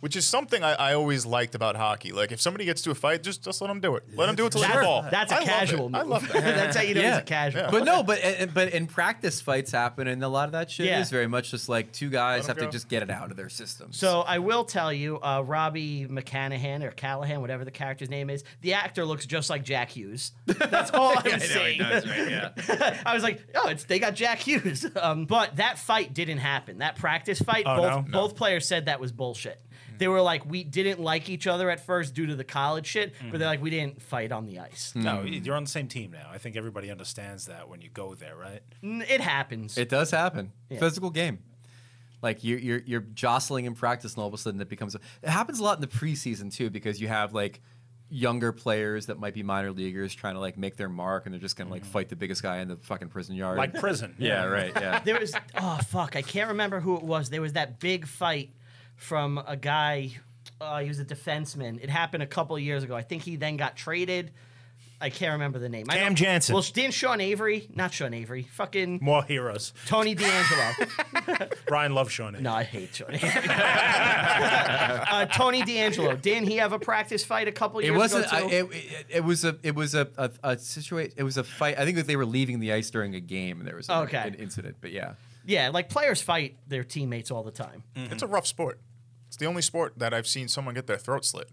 B: which is something I, I always liked about hockey. Like if somebody gets to a fight, just just let them do it. Let them do it till they
A: that's,
B: fall.
A: that's a
B: I love it.
A: casual move.
B: I love that.
A: that's how you know he's a casual.
D: But no, but and- but in practice, fights happen, and a lot of that shit
A: Yeah.
D: is very much just like two guys
B: Let 'em
D: have to
B: go.
D: just get it out of their systems.
A: So I will tell you, uh, Robbie McCanahan or Callahan, whatever the character's name is, the actor looks just like Jack Hughes. That's all I'm saying. I was like, oh, it's they got Jack Hughes. Um, but that fight didn't happen. That practice fight,
C: Oh,
A: both
C: no? No.
A: both players said that was bullshit. They were like, we didn't like each other at first due to the college shit,
C: Mm-hmm.
A: but they're like, we didn't fight on the ice.
C: No,
B: Mm.
C: you're on the same team now. I think everybody understands that when you go there, right?
A: N- It happens.
D: It does happen. Physical game. Like you're, you're you're jostling in practice, and all of a sudden it becomes. It happens a lot in the preseason too, because you have like younger players that might be minor leaguers trying to like make their mark, and they're just gonna like
A: Mm-hmm.
D: fight the biggest guy in the fucking prison yard.
C: Like prison.
D: yeah, right, yeah.
A: there was oh fuck, I can't remember who it was. There was that big fight from a guy. Uh, he was a defenseman. It happened a couple of years ago. I think he then got traded. I can't remember the name. I
C: Cam
A: know-
C: Jansen.
A: Well, didn't Sean Avery? Not Sean Avery. Fucking
C: More heroes.
A: Tony D'Angelo.
C: Brian loves Sean. Avery.
A: no, I hate Sean Avery. uh, Tony D'Angelo. Didn't he have a practice fight a couple
D: It
A: years
D: wasn't.
A: ago?
D: I,
A: too?
D: it, it, it was a. It was a a, a situation. It was a fight. I think that they were leaving the ice during a game. and There was a,
A: Okay.
D: an incident, but yeah.
A: yeah, like players fight their teammates all the time.
C: Mm.
B: It's a rough sport. It's the only sport that I've seen someone get their throat slit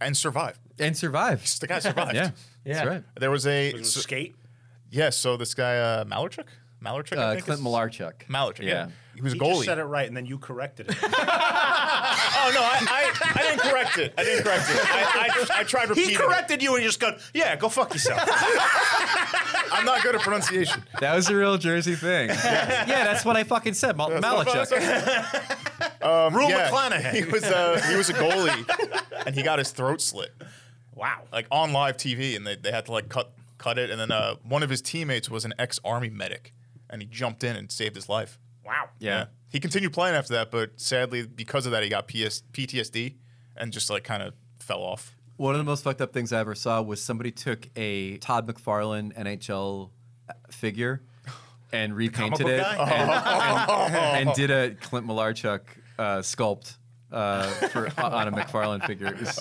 B: and survive.
D: And survive.
B: The guy survived.
D: Yeah,
A: Yeah.
D: that's right.
B: There was a
C: It was
B: so-
C: skate.
B: yeah. So this guy uh, Malarchuk, Malarchuk, I
D: Uh,
B: think
D: Clint
B: is-
D: Malarchuk.
B: Malarchuk. Yeah.
D: Yeah.
B: he was a
C: He
B: goalie.
C: just said it right, and then you corrected it.
B: Oh no, I, I, I didn't correct it. I didn't correct it. I, I, just- I tried repeating.
C: he
B: it.
C: corrected you, and you just go, "Yeah, go fuck yourself."
B: I'm not good at pronunciation.
D: That was a real Jersey thing. yeah. that's what I fucking said. Mal- Malachuk.
B: Rule
C: McClanahan.
B: He was uh, he was a goalie, and he got his throat slit
C: wow.
B: like on live TV, and they, they had to like cut cut it. And then uh, one of his teammates was an ex army medic, and he jumped in and saved his life.
C: Wow.
D: Yeah.
B: He continued playing after that, but sadly because of that, he got PS- PTSD and just like kind of fell off.
D: One of the most fucked up things I ever saw was somebody took a Todd McFarlane NHL figure and repainted
C: book
D: it
C: guy?
D: and, and- and did a Clint Malarchuk uh, sculpt uh, for, on a McFarlane figure. It was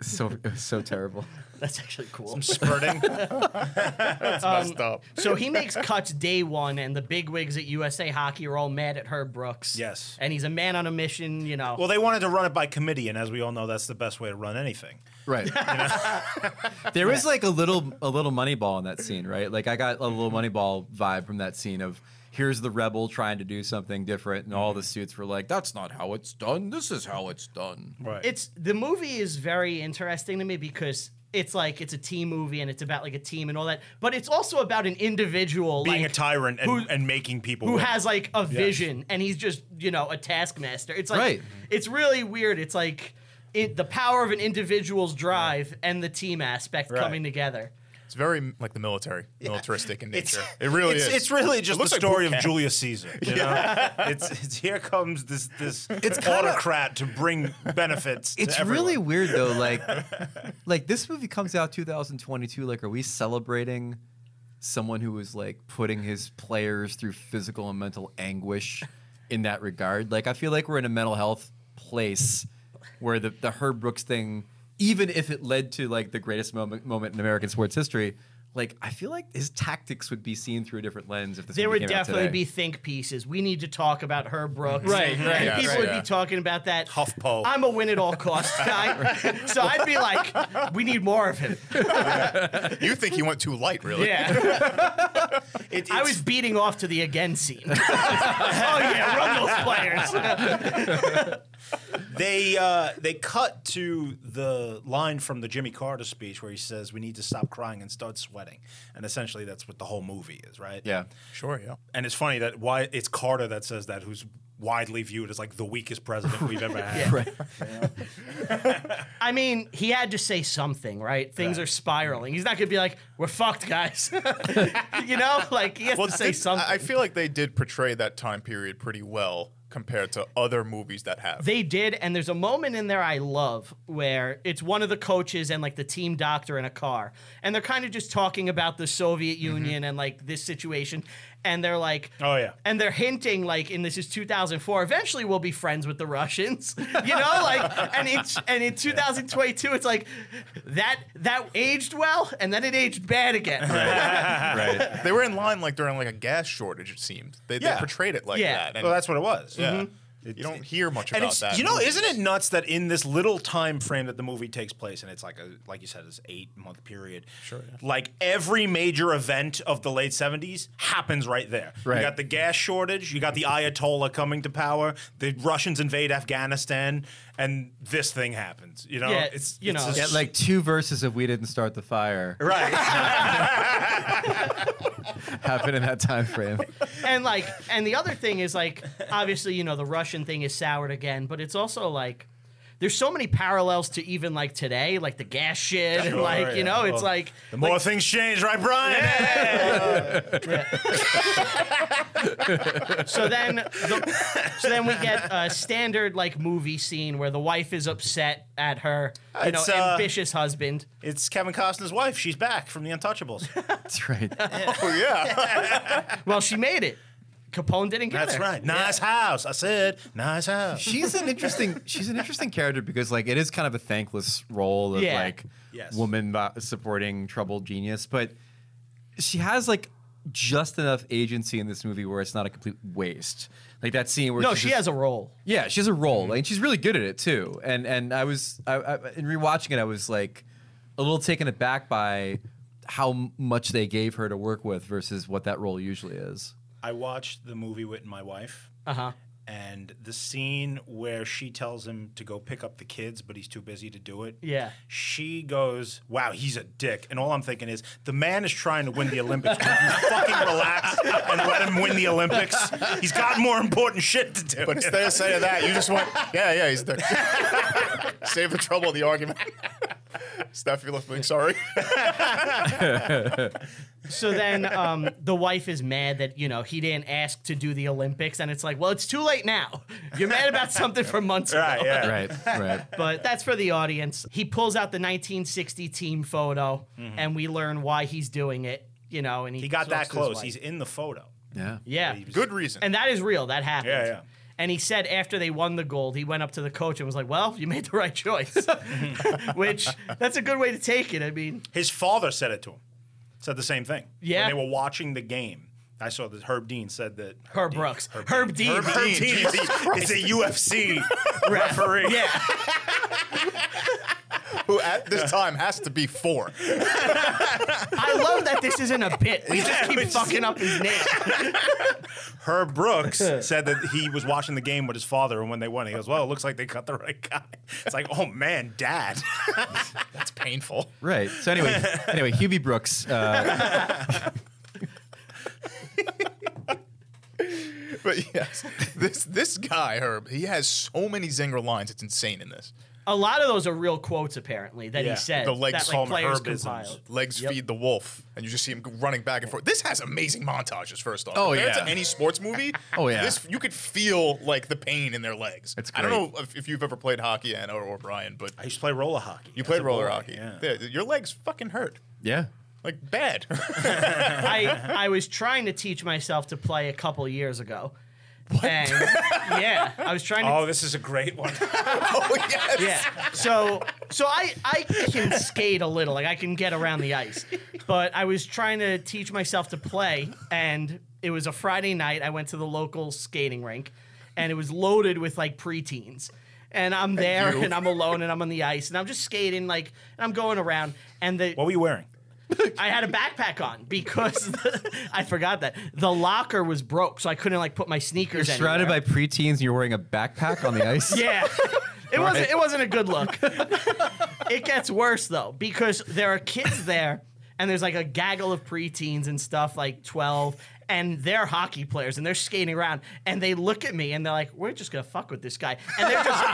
D: so it was so terrible.
A: That's actually cool. Um,
C: Some spurting.
B: That's messed up.
A: So he makes cuts day one, and the bigwigs at USA Hockey are all mad at Herb Brooks.
C: Yes.
A: And he's a man on a mission, you know.
C: well, they wanted to run it by committee, and as we all know, that's the best way to run anything.
D: Right. there is like a little a little Moneyball in that scene, right? Like I got a little Moneyball vibe from that scene of here's the rebel trying to do something different, and all the suits were like, "That's not how it's done. This is how it's done."
C: Right.
A: it's the movie is very interesting to me because it's like it's a team movie and it's about like a team and all that, but it's also about an individual
C: being
A: like,
C: a tyrant and,
A: who-
C: and making people
A: who
C: win.
A: has like a vision and he's just you know a taskmaster. It's like
D: Right.
A: it's really weird. It's like it, the power of an individual's drive and the team aspect
C: Right.
A: coming together.
B: It's very m- like the military, militaristic in
C: It's-
B: nature. it really
C: it's,
B: is.
C: It's really just the
B: looks like
C: story
B: boot
C: of
B: camp.
C: Julius Caesar. You know? it's, it's here comes this this
D: kinda-
C: autocrat to bring benefits. to
D: It's
C: everyone.
D: really weird though. Like, like this movie comes out 2022. Like, are we celebrating someone who was like putting his players through physical and mental anguish in that regard? Like, I feel like we're in a mental health place where the the Herb Brooks thing, even if it led to like the greatest moment moment in American sports history, like I feel like his tactics would be seen through a different lens if this
A: There
D: movie
A: would
D: came out
A: definitely
D: today.
A: be think pieces. We need to talk about her Brooks.
D: Right,
A: And
D: right,
A: people
B: right,
A: would
B: yeah.
A: be talking about that.
C: Huffpo.
A: I'm a win at all costs guy. so I'd be like, we need more of him.
B: You think he went too light, really?
A: Yeah.
C: It-
A: I
C: it's-
A: was beating off to the again scene. oh yeah, run those players.
C: They uh, they cut to the line from the Jimmy Carter speech where he says, "We need to stop crying and start sweating," and essentially that's what the whole movie is, right?
D: yeah.
B: Sure, yeah.
C: And it's funny that why it's Carter that says that, who's widely viewed as like the weakest president we've ever had.
D: Right.
A: I mean, he had to say something, right? Things are spiraling. He's not gonna be like, "We're fucked, guys." you know, like he has to say
B: did-
A: something.
B: I I feel like they did portray that time period pretty well compared to other movies that have.
A: They did, and there's a moment in there I love where it's one of the coaches and like the team doctor in a car, and they're kind of just talking about the Soviet Union and like this situation, and they're like,
C: Mm-hmm. Oh, yeah.
A: and they're hinting like, and this is 2004. Eventually, we'll be friends with the Russians, you know, like, and it's and in 2022, it's like that that aged well, and then it aged bad again.
D: Right.
B: They were in line like during like a gas shortage. It seemed they,
C: Yeah.
B: they portrayed it like
A: Yeah.
B: that. And
C: Well, that's what it was.
B: yeah.
C: It-
B: you don't hear much
C: And
B: about
C: it's
B: that.
C: you know, isn't it nuts that in this little time frame that the movie takes place, and it's like a like you said, this eight month period. Sure. Like every major event of the late seventies happens right there.
D: Right.
C: You got the gas shortage. You got the Ayatollah coming to power. The Russians invade Afghanistan, and this thing happens. You know,
A: Yeah, you know.
D: Yeah, like two verses of "We Didn't Start the Fire"
C: right.
D: happened in that time frame.
A: and like and the other thing is like obviously you know the russian thing is soured again but it's also like there's so many parallels to even like today like the gas shit and
C: Sure,
A: like you
C: yeah.
A: know it's
C: Oh.
A: like
C: the more things change, right, Brian?
A: so then the, so then we get a standard like movie scene where the wife is upset at her you know
C: It's, uh,
A: ambitious husband
C: It's Kevin Costner's wife. She's back from the Untouchables.
D: That's right.
B: Oh yeah.
A: well she made it capone didn't get
C: That's
A: her.
C: right. Nice house. I said nice house.
D: She's an interesting. She's an interesting character because like it is kind of a thankless role of
A: Yeah.
D: like
C: Yes.
D: woman vo- supporting troubled genius, but she has like just enough agency in this movie where it's not a complete waste. Like that scene where
A: no
D: she's
A: she
D: just-
A: has a role
D: Yeah, she has a role, like, and she's really good at it too. And and I was I, I, in rewatching it, I was like a little taken aback by how m- much they gave her to work with versus what that role usually is.
C: I watched the movie with my wife.
A: uh-huh
C: And the scene where she tells him to go pick up the kids, but he's too busy to do it.
A: Yeah.
C: She goes, Wow, he's a dick. And all I'm thinking is, the man is trying to win the Olympics. Will you fucking relax and let him win the Olympics? He's got more important shit to do.
B: but instead of saying that, you just went, yeah, yeah, he's there. Save the trouble of the argument. Steph, you're looking sorry.
A: So then um, the wife is mad that, you know, he didn't ask to do the Olympics. And it's like, well, it's too late now. You're mad about something from months ago.
C: right, yeah.
D: Right, right.
A: But that's for the audience. He pulls out the 1960 team photo and we learn why he's doing it, you know, and he,
C: Mm-hmm. He got
A: talks to his
C: that close.
A: wife.
C: He's in the photo.
D: Yeah.
A: yeah.
C: He was-
B: Good reason.
A: And that is real. That happened.
C: Yeah, yeah.
A: And he said after they won the gold, he went up to the coach and was like, well, you made the right choice, which that's a good way to take it. I mean,
C: His father said it to him. Said the same thing.
A: Yeah.
C: When they were watching the game. I saw that Herb Dean said that
A: Herb Brooks. Herb Dean.
C: Herb Dean is a- is a UFC referee. Yeah.
B: Who at this time has to be four.
A: I love that this isn't a bit. We
C: Yeah,
A: just keep
C: we just-
A: fucking up his name.
C: Herb Brooks said that he was watching the game with his father, and when they won, he goes, "Well, it looks like they cut the right guy." It's like, oh man, Dad.
B: That's painful.
D: Right. So anyway, anyway, Hubie Brooks. Uh,
B: But yes, this this guy Herb, he has so many zinger lines. It's insane in this.
A: A lot of those are real quotes, apparently, that
C: Yeah.
A: he said.
B: The legs
A: that, like,
B: home
A: players
C: herbisms.
A: compiled.
B: Legs feed the wolf, and you just see him running back and forth. This has amazing montages. First off,
D: Oh,
B: Compared
D: yeah.
B: to any sports movie.
D: Oh, yeah.
B: this you could feel like the pain in their legs.
D: It's
B: I don't
D: great.
B: know if, if you've ever played hockey, Anna or, or Brian, but
C: I used to play roller hockey.
B: you
C: as
B: played
C: a
B: roller
C: boy,
B: hockey.
C: Yeah.
B: Yeah, your legs fucking hurt,
D: yeah.
B: like bad.
A: I, I was trying to teach myself to play a couple years ago. And yeah, I was trying to
C: Oh, this is a great one.
B: Oh, yes.
A: yeah. So so I I can skate a little, like I can get around the ice. But I was trying to teach myself to play, and it was a Friday night. I went to the local skating rink, and it was loaded with like preteens. And I'm there, and, I'm alone, and I'm on the ice, and I'm just skating, like, and I'm going around, and the
C: What were you wearing?
A: I had a backpack on because the, I forgot that the locker was broke, so I couldn't like put my
D: You're
A: sneakers.
D: surrounded
A: anywhere.
D: by preteens and you're wearing a backpack on the ice?
A: Yeah. It wasn't it wasn't a good look. it gets worse though, because there are kids there and there's like a gaggle of preteens and stuff like 12 and they're hockey players and they're skating around and they look at me and they're like we're just going to fuck with this guy and they're just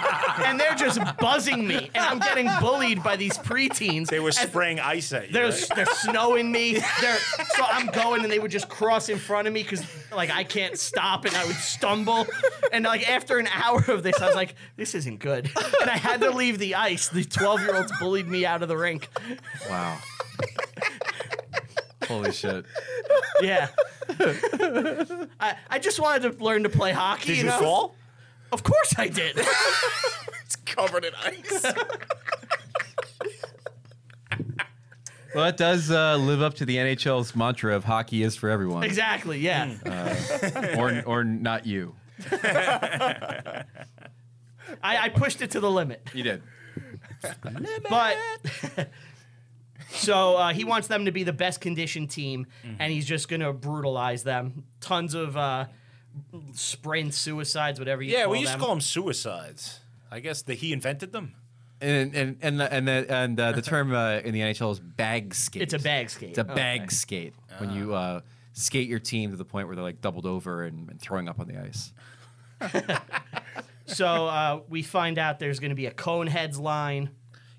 A: and they're just buzzing me and I'm getting bullied by these preteens
C: They were
A: And-
C: spraying ice at you.
A: there's they're snowing me. They're, so I'm going, and they would just cross in front of me because like I can't stop, and I would stumble. And like after an hour of this, I was like, "This isn't good," and I had to leave the ice. The 12 year olds bullied me out of the rink.
D: Wow. Holy shit.
A: Yeah, I I just wanted to learn to play hockey.
C: Did you
A: know?
C: fall?
A: Of course I did.
B: It's covered in ice.
D: Well, that does uh, live up to the NHL's mantra of hockey is for everyone.
A: exactly. Yeah.
C: Hmm.
D: Or, or not you.
A: I, I pushed it to the limit.
D: You did.
A: But so uh, he wants them to be the best conditioned team, and he's just going to brutalize them. Tons of uh, sprints, suicides, whatever you
C: yeah,
A: call
C: we used
A: them.
C: to call them suicides. I guess that he invented them.
D: And and and the, and the, and, uh, the term uh, in the NHL is bag skate.
A: it's a bag skate. Oh,
D: It's a bag skate when you uh, skate your team to the point where they're like doubled over and, and throwing up on the ice.
A: So uh, we find out there's going to be a Coneheads line.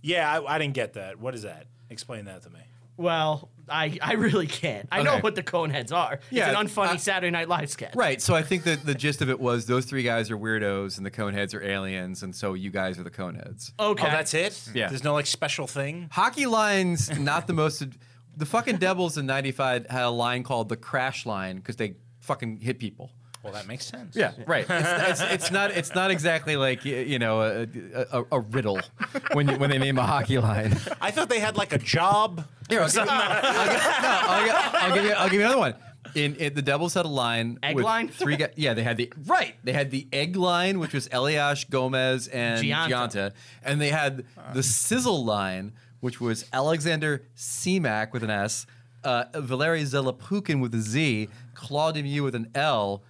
C: Yeah, I, I didn't get that. What is that? Explain that to me.
A: Well, I, I really can't. I know
D: Okay.
A: what the Coneheads are.
D: Yeah,
A: it's an unfunny
D: I-
A: Saturday Night Live sketch.
D: Right. So I think that the gist of it was those three guys are weirdos and the coneheads are aliens, and so you guys are the coneheads.
A: Okay.
C: Oh, that's it.
D: Yeah.
C: There's no like special thing.
D: Hockey lines, not the most. ad- The fucking Devils in '95 had a line called the crash line because they fucking hit people.
C: Well, that makes sense.
D: Yeah, right. It's, it's, it's not. It's not exactly like y- you know a, a, a- a riddle when you, when they name a hockey line.
C: I thought they had like a job.
D: Here, I'll, give, no, I'll, give, no, I'll, give, I'll give you. I'll give you another one. In, in the Devils had a line.
A: Egg
D: with
A: line?
D: Three. Guys, yeah, they had the right. They had the egg line, which was Eliash Gomez and
A: Gianta.
D: Gianta, and they had the sizzle line, which was Alexander Semak with an S, uh, Valery Zelapukin with a Z, Claude Lemieux with an L.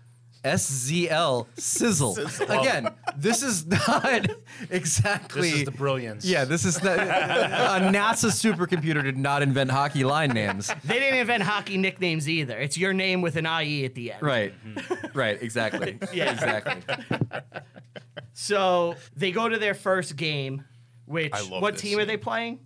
D: SZL sizzle. Again, this is not exactly
C: This is the brilliance.
D: yeah, this is the, a NASA supercomputer did not invent hockey line names.
A: They didn't invent hockey nicknames either. It's your name with an IE at the end.
D: Right,
C: Mm-hmm.
D: right, exactly,
A: Yeah.
D: exactly.
A: So they go to their first game, which
B: I love
A: what
B: this
A: team are
B: scene.
A: they playing?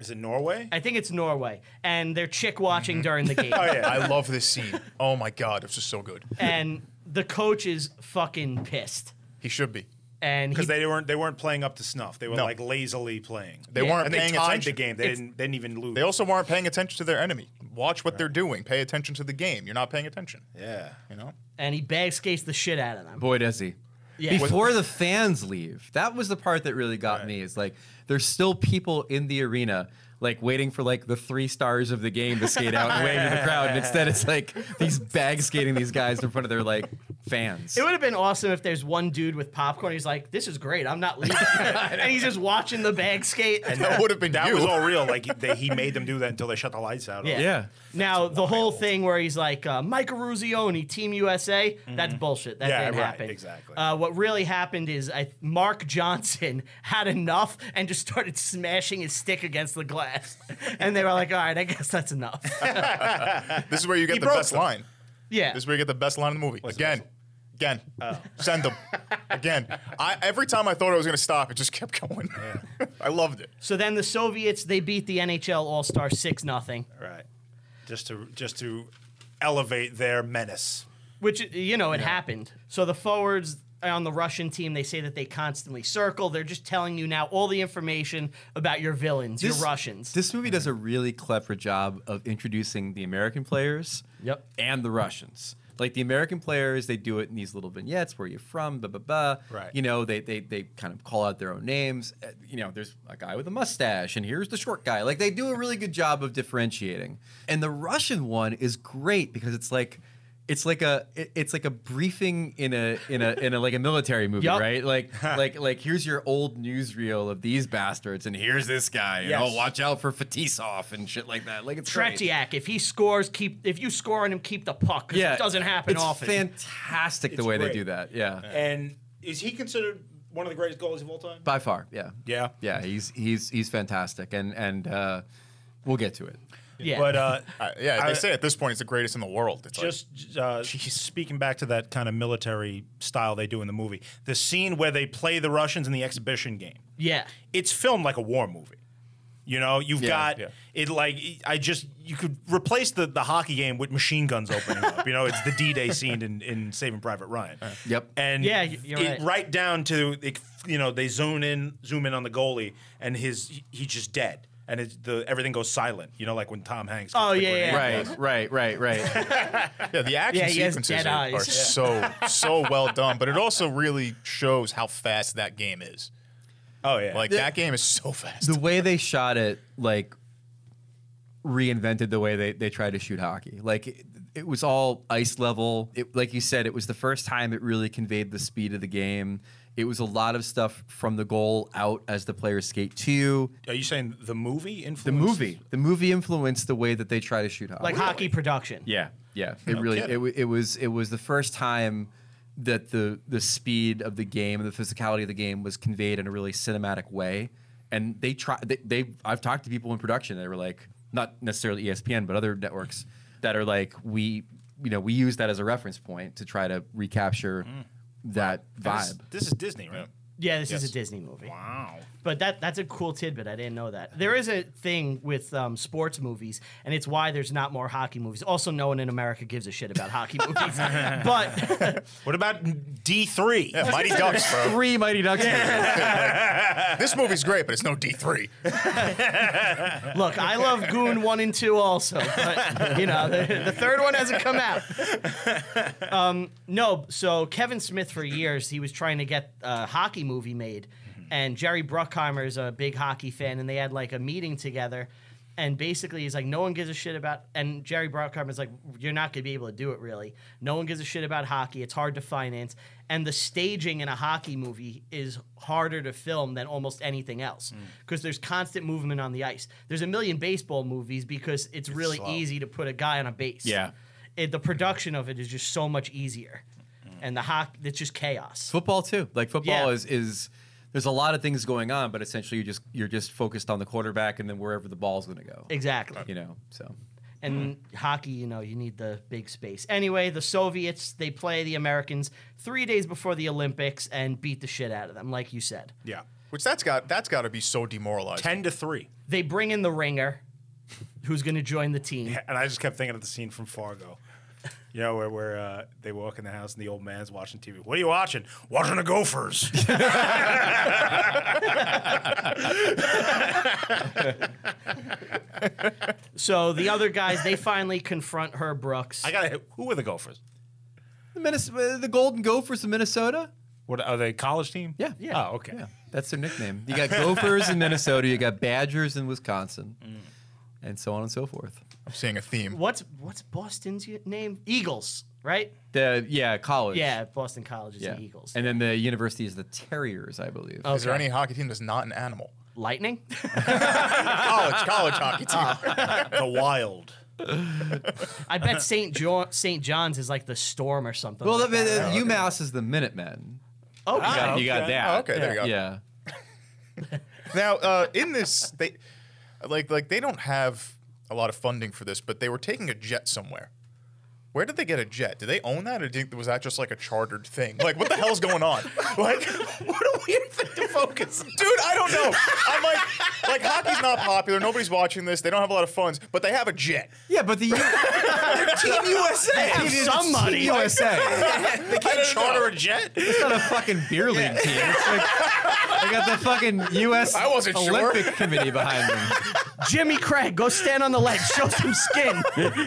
C: Is it Norway?
A: I think it's Norway, and they're chick watching during the
C: Oh,
A: game.
B: I love this scene. Oh my god, it's just so good.
A: And the coach is fucking pissed,
B: He should be.
A: and he,
C: Because they weren't they weren't playing up to snuff. They were
B: No.
C: like lazily playing.
B: They
A: Yeah.
B: weren't
C: and they
B: paying
C: tied
B: attention.
C: the game. They didn't they didn't even lose.
B: They also weren't paying attention to their enemy. Watch what they're doing. Pay attention to the game. You're not paying attention.
C: yeah.
B: You know?
A: and he bag skates the shit out of them.
D: Boy, does he.
A: Yeah.
D: Before the fans leave, that was the part that really got me. Is like there's still people in the arena, like waiting for like the three stars of the game to skate out and wave to the crowd. And instead, it's like these bag skating these guys in front of their like fans.
A: It would have been awesome if there's one dude with popcorn. He's like, "This is great. I'm not leaving," and he's just watching the bag skate.
B: That would have been
C: That
B: you.
C: was all real. Like he- they, he made them do that until they shut the lights out.
A: Yeah.
D: yeah.
A: Now the whole thing where he's like uh, Mike Ruzioni, Team USA, that's bullshit. That
C: Mm-hmm. Yeah,
A: didn't
C: right,
A: happen.
C: exactly.
A: Uh, what really happened is I, Mark Johnson had enough and just started smashing his stick against the glass, and they were like, "All right, I guess that's enough."
B: This is where you get the
C: broke
B: best
C: them.
B: line.
A: yeah.
B: This is where you get the best line in the movie. Again. Again.
C: Oh.
B: Send them. Again. I, every time I thought I was going to stop, it just kept going. I loved it.
A: So then the Soviets they beat the NHL All Star six 0
C: Right. Just to just to elevate their menace.
A: which you know it happened. So the forwards on the Russian team they say that they constantly circle. They're just telling you now all the information about your villains, your Russians.
D: This movie does a really clever job of introducing the American players
A: Yep.
D: and the Russians. Like the American players, they do it in these little vignettes. Where you from? Blah blah blah.
C: Right.
D: You know, they they they kind of call out their own names. Uh, You know, there's a guy with a mustache, and here's the short guy. Like they do a really good job of differentiating. And the Russian one is great because it's like. It's like a it- it's like a briefing in a in a in a like a military movie,
A: Yup.
D: right? Like like like here's your old newsreel of these bastards, and here's this guy, and
A: Yes.
D: oh watch out for Fatisov and shit like that. Like it's great.
A: Tretiak, if he scores, keep if you score on him, keep the puck. 'cause it doesn't happen
D: it's
A: often.
D: Fantastic the
C: It's
D: way
C: great.
D: they do that. Yeah.
C: And is he considered one of the greatest goalies of all time?
D: by far. Yeah,
C: Yeah.
D: yeah. He's he's he's fantastic, and and uh, we'll get to it.
A: yeah.
C: But uh,
B: Uh, yeah, they
C: I-
B: say at this point he's the greatest in the world. It's like,
C: just uh, speaking back to that kind of military style they do in the movie, the scene where they play the Russians in the exhibition game,
A: yeah.
C: it's filmed like a war movie. You know, you've
D: Yeah,
C: got
B: yeah.
C: it like I just you could replace the, the hockey game with machine guns opening up. You know, it's the D Day scene in, in Saving Private Ryan.
D: Yep.
C: And
A: Yeah, y- you're
C: it-
A: right.
C: down to it, you know they zoom in zoom in on the goalie and his he, he's just dead and it's the everything goes silent. You know, like when Tom Hanks.
A: Oh,
C: the
A: yeah,
C: grenade.
A: yeah.
D: Right, right, right, right.
B: yeah, the action
A: Yeah, he has
B: sequences
A: dead
B: are,
A: eyes.
B: are so so well done, but it also really shows how fast that game is.
C: Oh yeah.
B: Like that game is so fast.
D: the way they shot it, like reinvented the way they, they tried to shoot hockey. Like it, it was all ice level. It, like you said, it was the first time it really conveyed the speed of the game. It was a lot of stuff from the goal out as the players skate to you.
C: Are you saying the movie
D: The
C: influenced
D: movie, the movie influenced the way that they try to shoot hockey.
A: Like hockey production.
D: Yeah, yeah. It really it,
B: kidding.
D: wa- it was it was the first time that the the speed of the game and the physicality of the game was conveyed in a really cinematic way. And they try they, they I've talked to people in production that were like not necessarily E ESPN but other networks that are like we you know we use that as a reference point to try to recapture that
C: This,
D: vibe.
C: this is Disney, right?
A: Yeah, this is a Disney movie.
C: Wow.
A: But that that's a cool tidbit. I didn't know that. There is a thing with um, sports movies, and it's why there's not more hockey movies. Also, no one in America gives a shit about hockey movies. But
C: What about D three?
B: yeah, Mighty Ducks, bro.
D: Three Mighty Ducks. movies.
B: This movie's great, but it's no D three.
A: look, I love Goon one and two also, but you know the, the third one hasn't come out. No, so Kevin Smith for years he was trying to get a hockey movie made, and Jerry Bruckheimer is a big hockey fan, and they had like a meeting together, and basically he's like, no one gives a shit about, and Jerry Bruckheimer's like, you're not gonna be able to do it really. No one gives a shit about hockey. It's hard to finance, and the staging in a hockey movie is harder to film than almost anything else because there's constant movement on the ice. There's a million baseball movies because it's, really easy to put a guy on a base
D: Yeah.
A: it, the production of it is just so much easier, and the hockey it's just chaos.
D: football too. Like football
A: Yeah.
D: is is there's a lot of things going on, but essentially you just you're just focused on the quarterback and then wherever the ball's going to go.
A: Exactly.
D: You know, so
A: And hockey, you know, you need the big space. Anyway, the Soviets they play the Americans three days before the Olympics and beat the shit out of them, like you said.
C: Yeah.
B: Which that's got that's got to be so demoralizing.
C: Ten to three.
A: They bring in the ringer, who's going to join the team.
C: And I just kept thinking of the scene from Fargo. You know, where, where uh, they walk in the house and the old man's watching TV. What are you watching? Watching the Gophers.
A: So the other guys they finally confront her Brooks.
C: I got to Who are the Gophers?
D: the Minnes- the Golden Gophers of Minnesota.
C: What Are they a college team?
D: Yeah.
C: Oh, okay.
D: Yeah, that's their nickname. You got Gophers in Minnesota. You got Badgers in Wisconsin, and so on and so forth.
B: I'm seeing a theme.
A: what's what's Boston's y- name? Eagles, right?
D: The yeah college.
A: Yeah, Boston College is
D: Yeah.
A: the Eagles.
D: And then the Oh, university is the Terriers, I believe.
B: Is there any hockey team that's not an animal?
A: Lightning.
B: College, college hockey
A: Ah.
B: team.
C: The Wild.
A: I bet St. Jo- St. John's is like the storm or something.
D: Well, the,
A: like
D: the,
A: that.
D: UMass is the Minutemen.
A: okay.
D: Oh, You got, you got
C: okay.
D: that.
B: Oh, okay, there you go.
D: Yeah.
B: Now, uh, in this, they like like they don't have a lot of funding for this, but they were taking a jet somewhere. Where did they get a jet? Did they own that, or did, was that just like a chartered thing? Like, what the hell's going on? Like, what a weird thing to focus, dude. I don't know. I'm like, like hockey's not popular. Nobody's watching this. They don't have a lot of funds, but they have a jet.
D: Yeah, but the U- Team USA. They
A: have some money.
D: USA.
B: They can't
C: Charter a jet?
D: It's not a fucking beer league team. It's like, they got the fucking U.S.
B: I wasn't sure.
D: Olympic Committee behind them.
A: Jimmy Craig, go stand on the ledge, show some skin,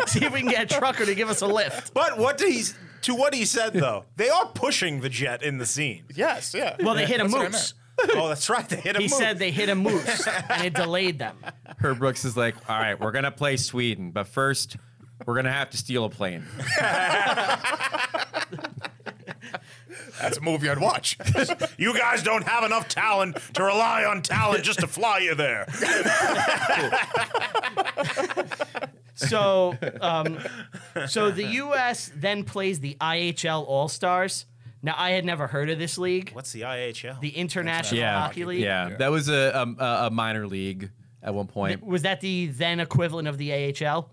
A: see if we can get a trucker to give us a lift.
C: But what did he? To what he said though, they are pushing the jet in the scene.
B: Yes, yeah.
A: Well, they hit a
B: That's what I
A: moose.
C: Oh, that's right. They hit a
A: He
C: move.
A: said they hit a moose and it delayed them.
D: Herb Brooks is like, all right, we're gonna play Sweden, but first we're gonna have to steal a plane.
B: meant. That's a movie I'd watch.
C: you guys don't have enough talent to rely on talent just to fly you there.
A: So, um, so the U.S. then plays the IHL All Stars. Now, I had never heard of this league,
C: What's the IHL?
A: the International
D: Yeah,
A: Hockey League.
D: yeah, that was a, um, a a minor league at one point,
A: Was that the then equivalent of the AHL?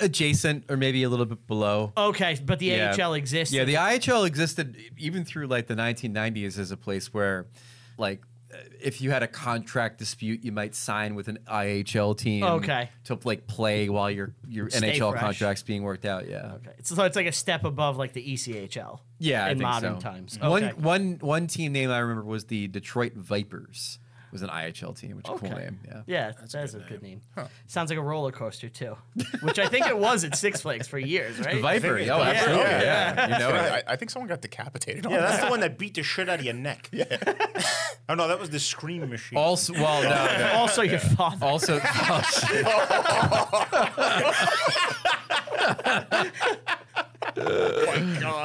D: adjacent or maybe a little bit below.
A: Okay, but Oh, the
D: Yeah.
A: AHL exists.
D: Yeah, the IHL existed even through like the 1990s as a place where, like, uh, if you had a contract dispute, you might sign with an IHL team.
A: Okay.
D: To like play while your your
A: Stay
D: NHL
A: fresh.
D: contracts being worked out. Yeah.
A: So, so it's like a step above like the E ECHL.
D: Yeah. I
A: in
D: think
A: modern
D: so.
A: times.
D: One
A: Okay.
D: one one team name I remember was the Detroit Vipers. Was an IHL team, which is a cool
A: Okay.
D: name. Yeah.
A: Yeah, that's, a good name. Sounds like a roller coaster too, which I think it was at Six Flags for years, right?
D: The Viper.
C: it-
D: Oh,
C: yeah,
D: absolutely. Yeah.
B: yeah.
D: You know it.
B: I, I think someone got decapitated on
C: Yeah,
B: that.
C: that's the one that beat the shit out of your neck. oh no, that was the scream machine.
D: Also, well, no, no.
A: also, your father.
D: also, oh, shit.
C: Oh,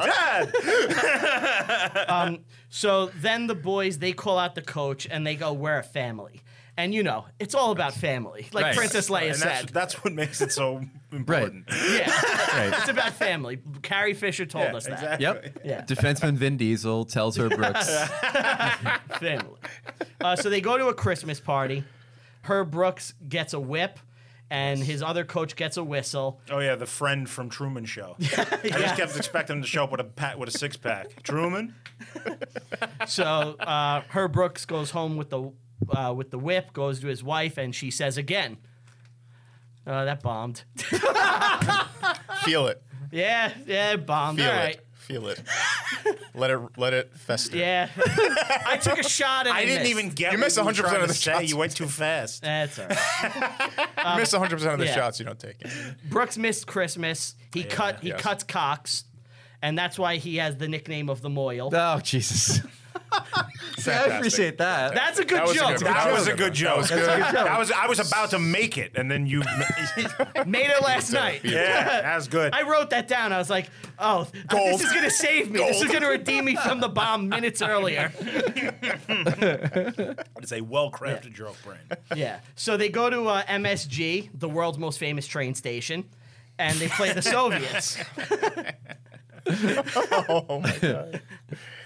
C: Dad!
A: So then the boys they call out the coach and they go, "We're a family," and you know it's all about family, like
D: Right.
A: Princess Leia
C: and that's,
A: said.
C: that's what makes it so
D: right.
C: important.
A: yeah,
D: Right.
A: it's about family. Carrie Fisher told
C: Yeah,
A: us that.
C: exactly.
D: Yep.
A: Yeah.
D: Defenseman Vin Diesel tells her Brooks.
A: family. Uh, so they go to a Christmas party. Herb Brooks gets a whip, and his other coach gets a whistle.
C: Oh yeah, the friend from Truman Show. I just kept expecting him to show up with a pack, with a six pack. Truman.
A: So uh, Herb Brooks goes home with the uh, with the whip, goes to his wife, and she says again, uh, "That bombed."
B: Feel it.
A: yeah, yeah, it bombed.
B: Feel
A: All
B: it.
A: right.
B: Feel it. let it let it fester.
A: Yeah, I took a shot and I,
C: I didn't
A: missed.
C: even get.
B: You
C: what
B: missed
C: were
B: 100%
C: trying
B: of
C: to
B: the
C: say.
B: shots.
C: You went too fast.
A: That's all right.
B: you miss 100% of the
A: yeah.
B: shots you don't take.
A: Brooks missed Christmas. He cut. He
B: Yes.
A: cuts Cox, and that's why he has the nickname of the Moyle.
D: Oh Jesus! I appreciate that.
A: that's a good
B: That was a
A: joke.
B: good one.
C: That was a good
B: That
C: joke.
B: was good.
C: That was I was about to make it, and then you.
A: Made it last night.
C: yeah, that was good.
A: I wrote that down. I was like, oh,
B: Gold.
A: this is going to save me. This is going to redeem me from the bomb minutes earlier.
C: It's a well crafted joke, Brandon.
A: Yeah. So they go to uh, MSG, the world's most famous train station, and they play the Soviets.
B: Oh my god.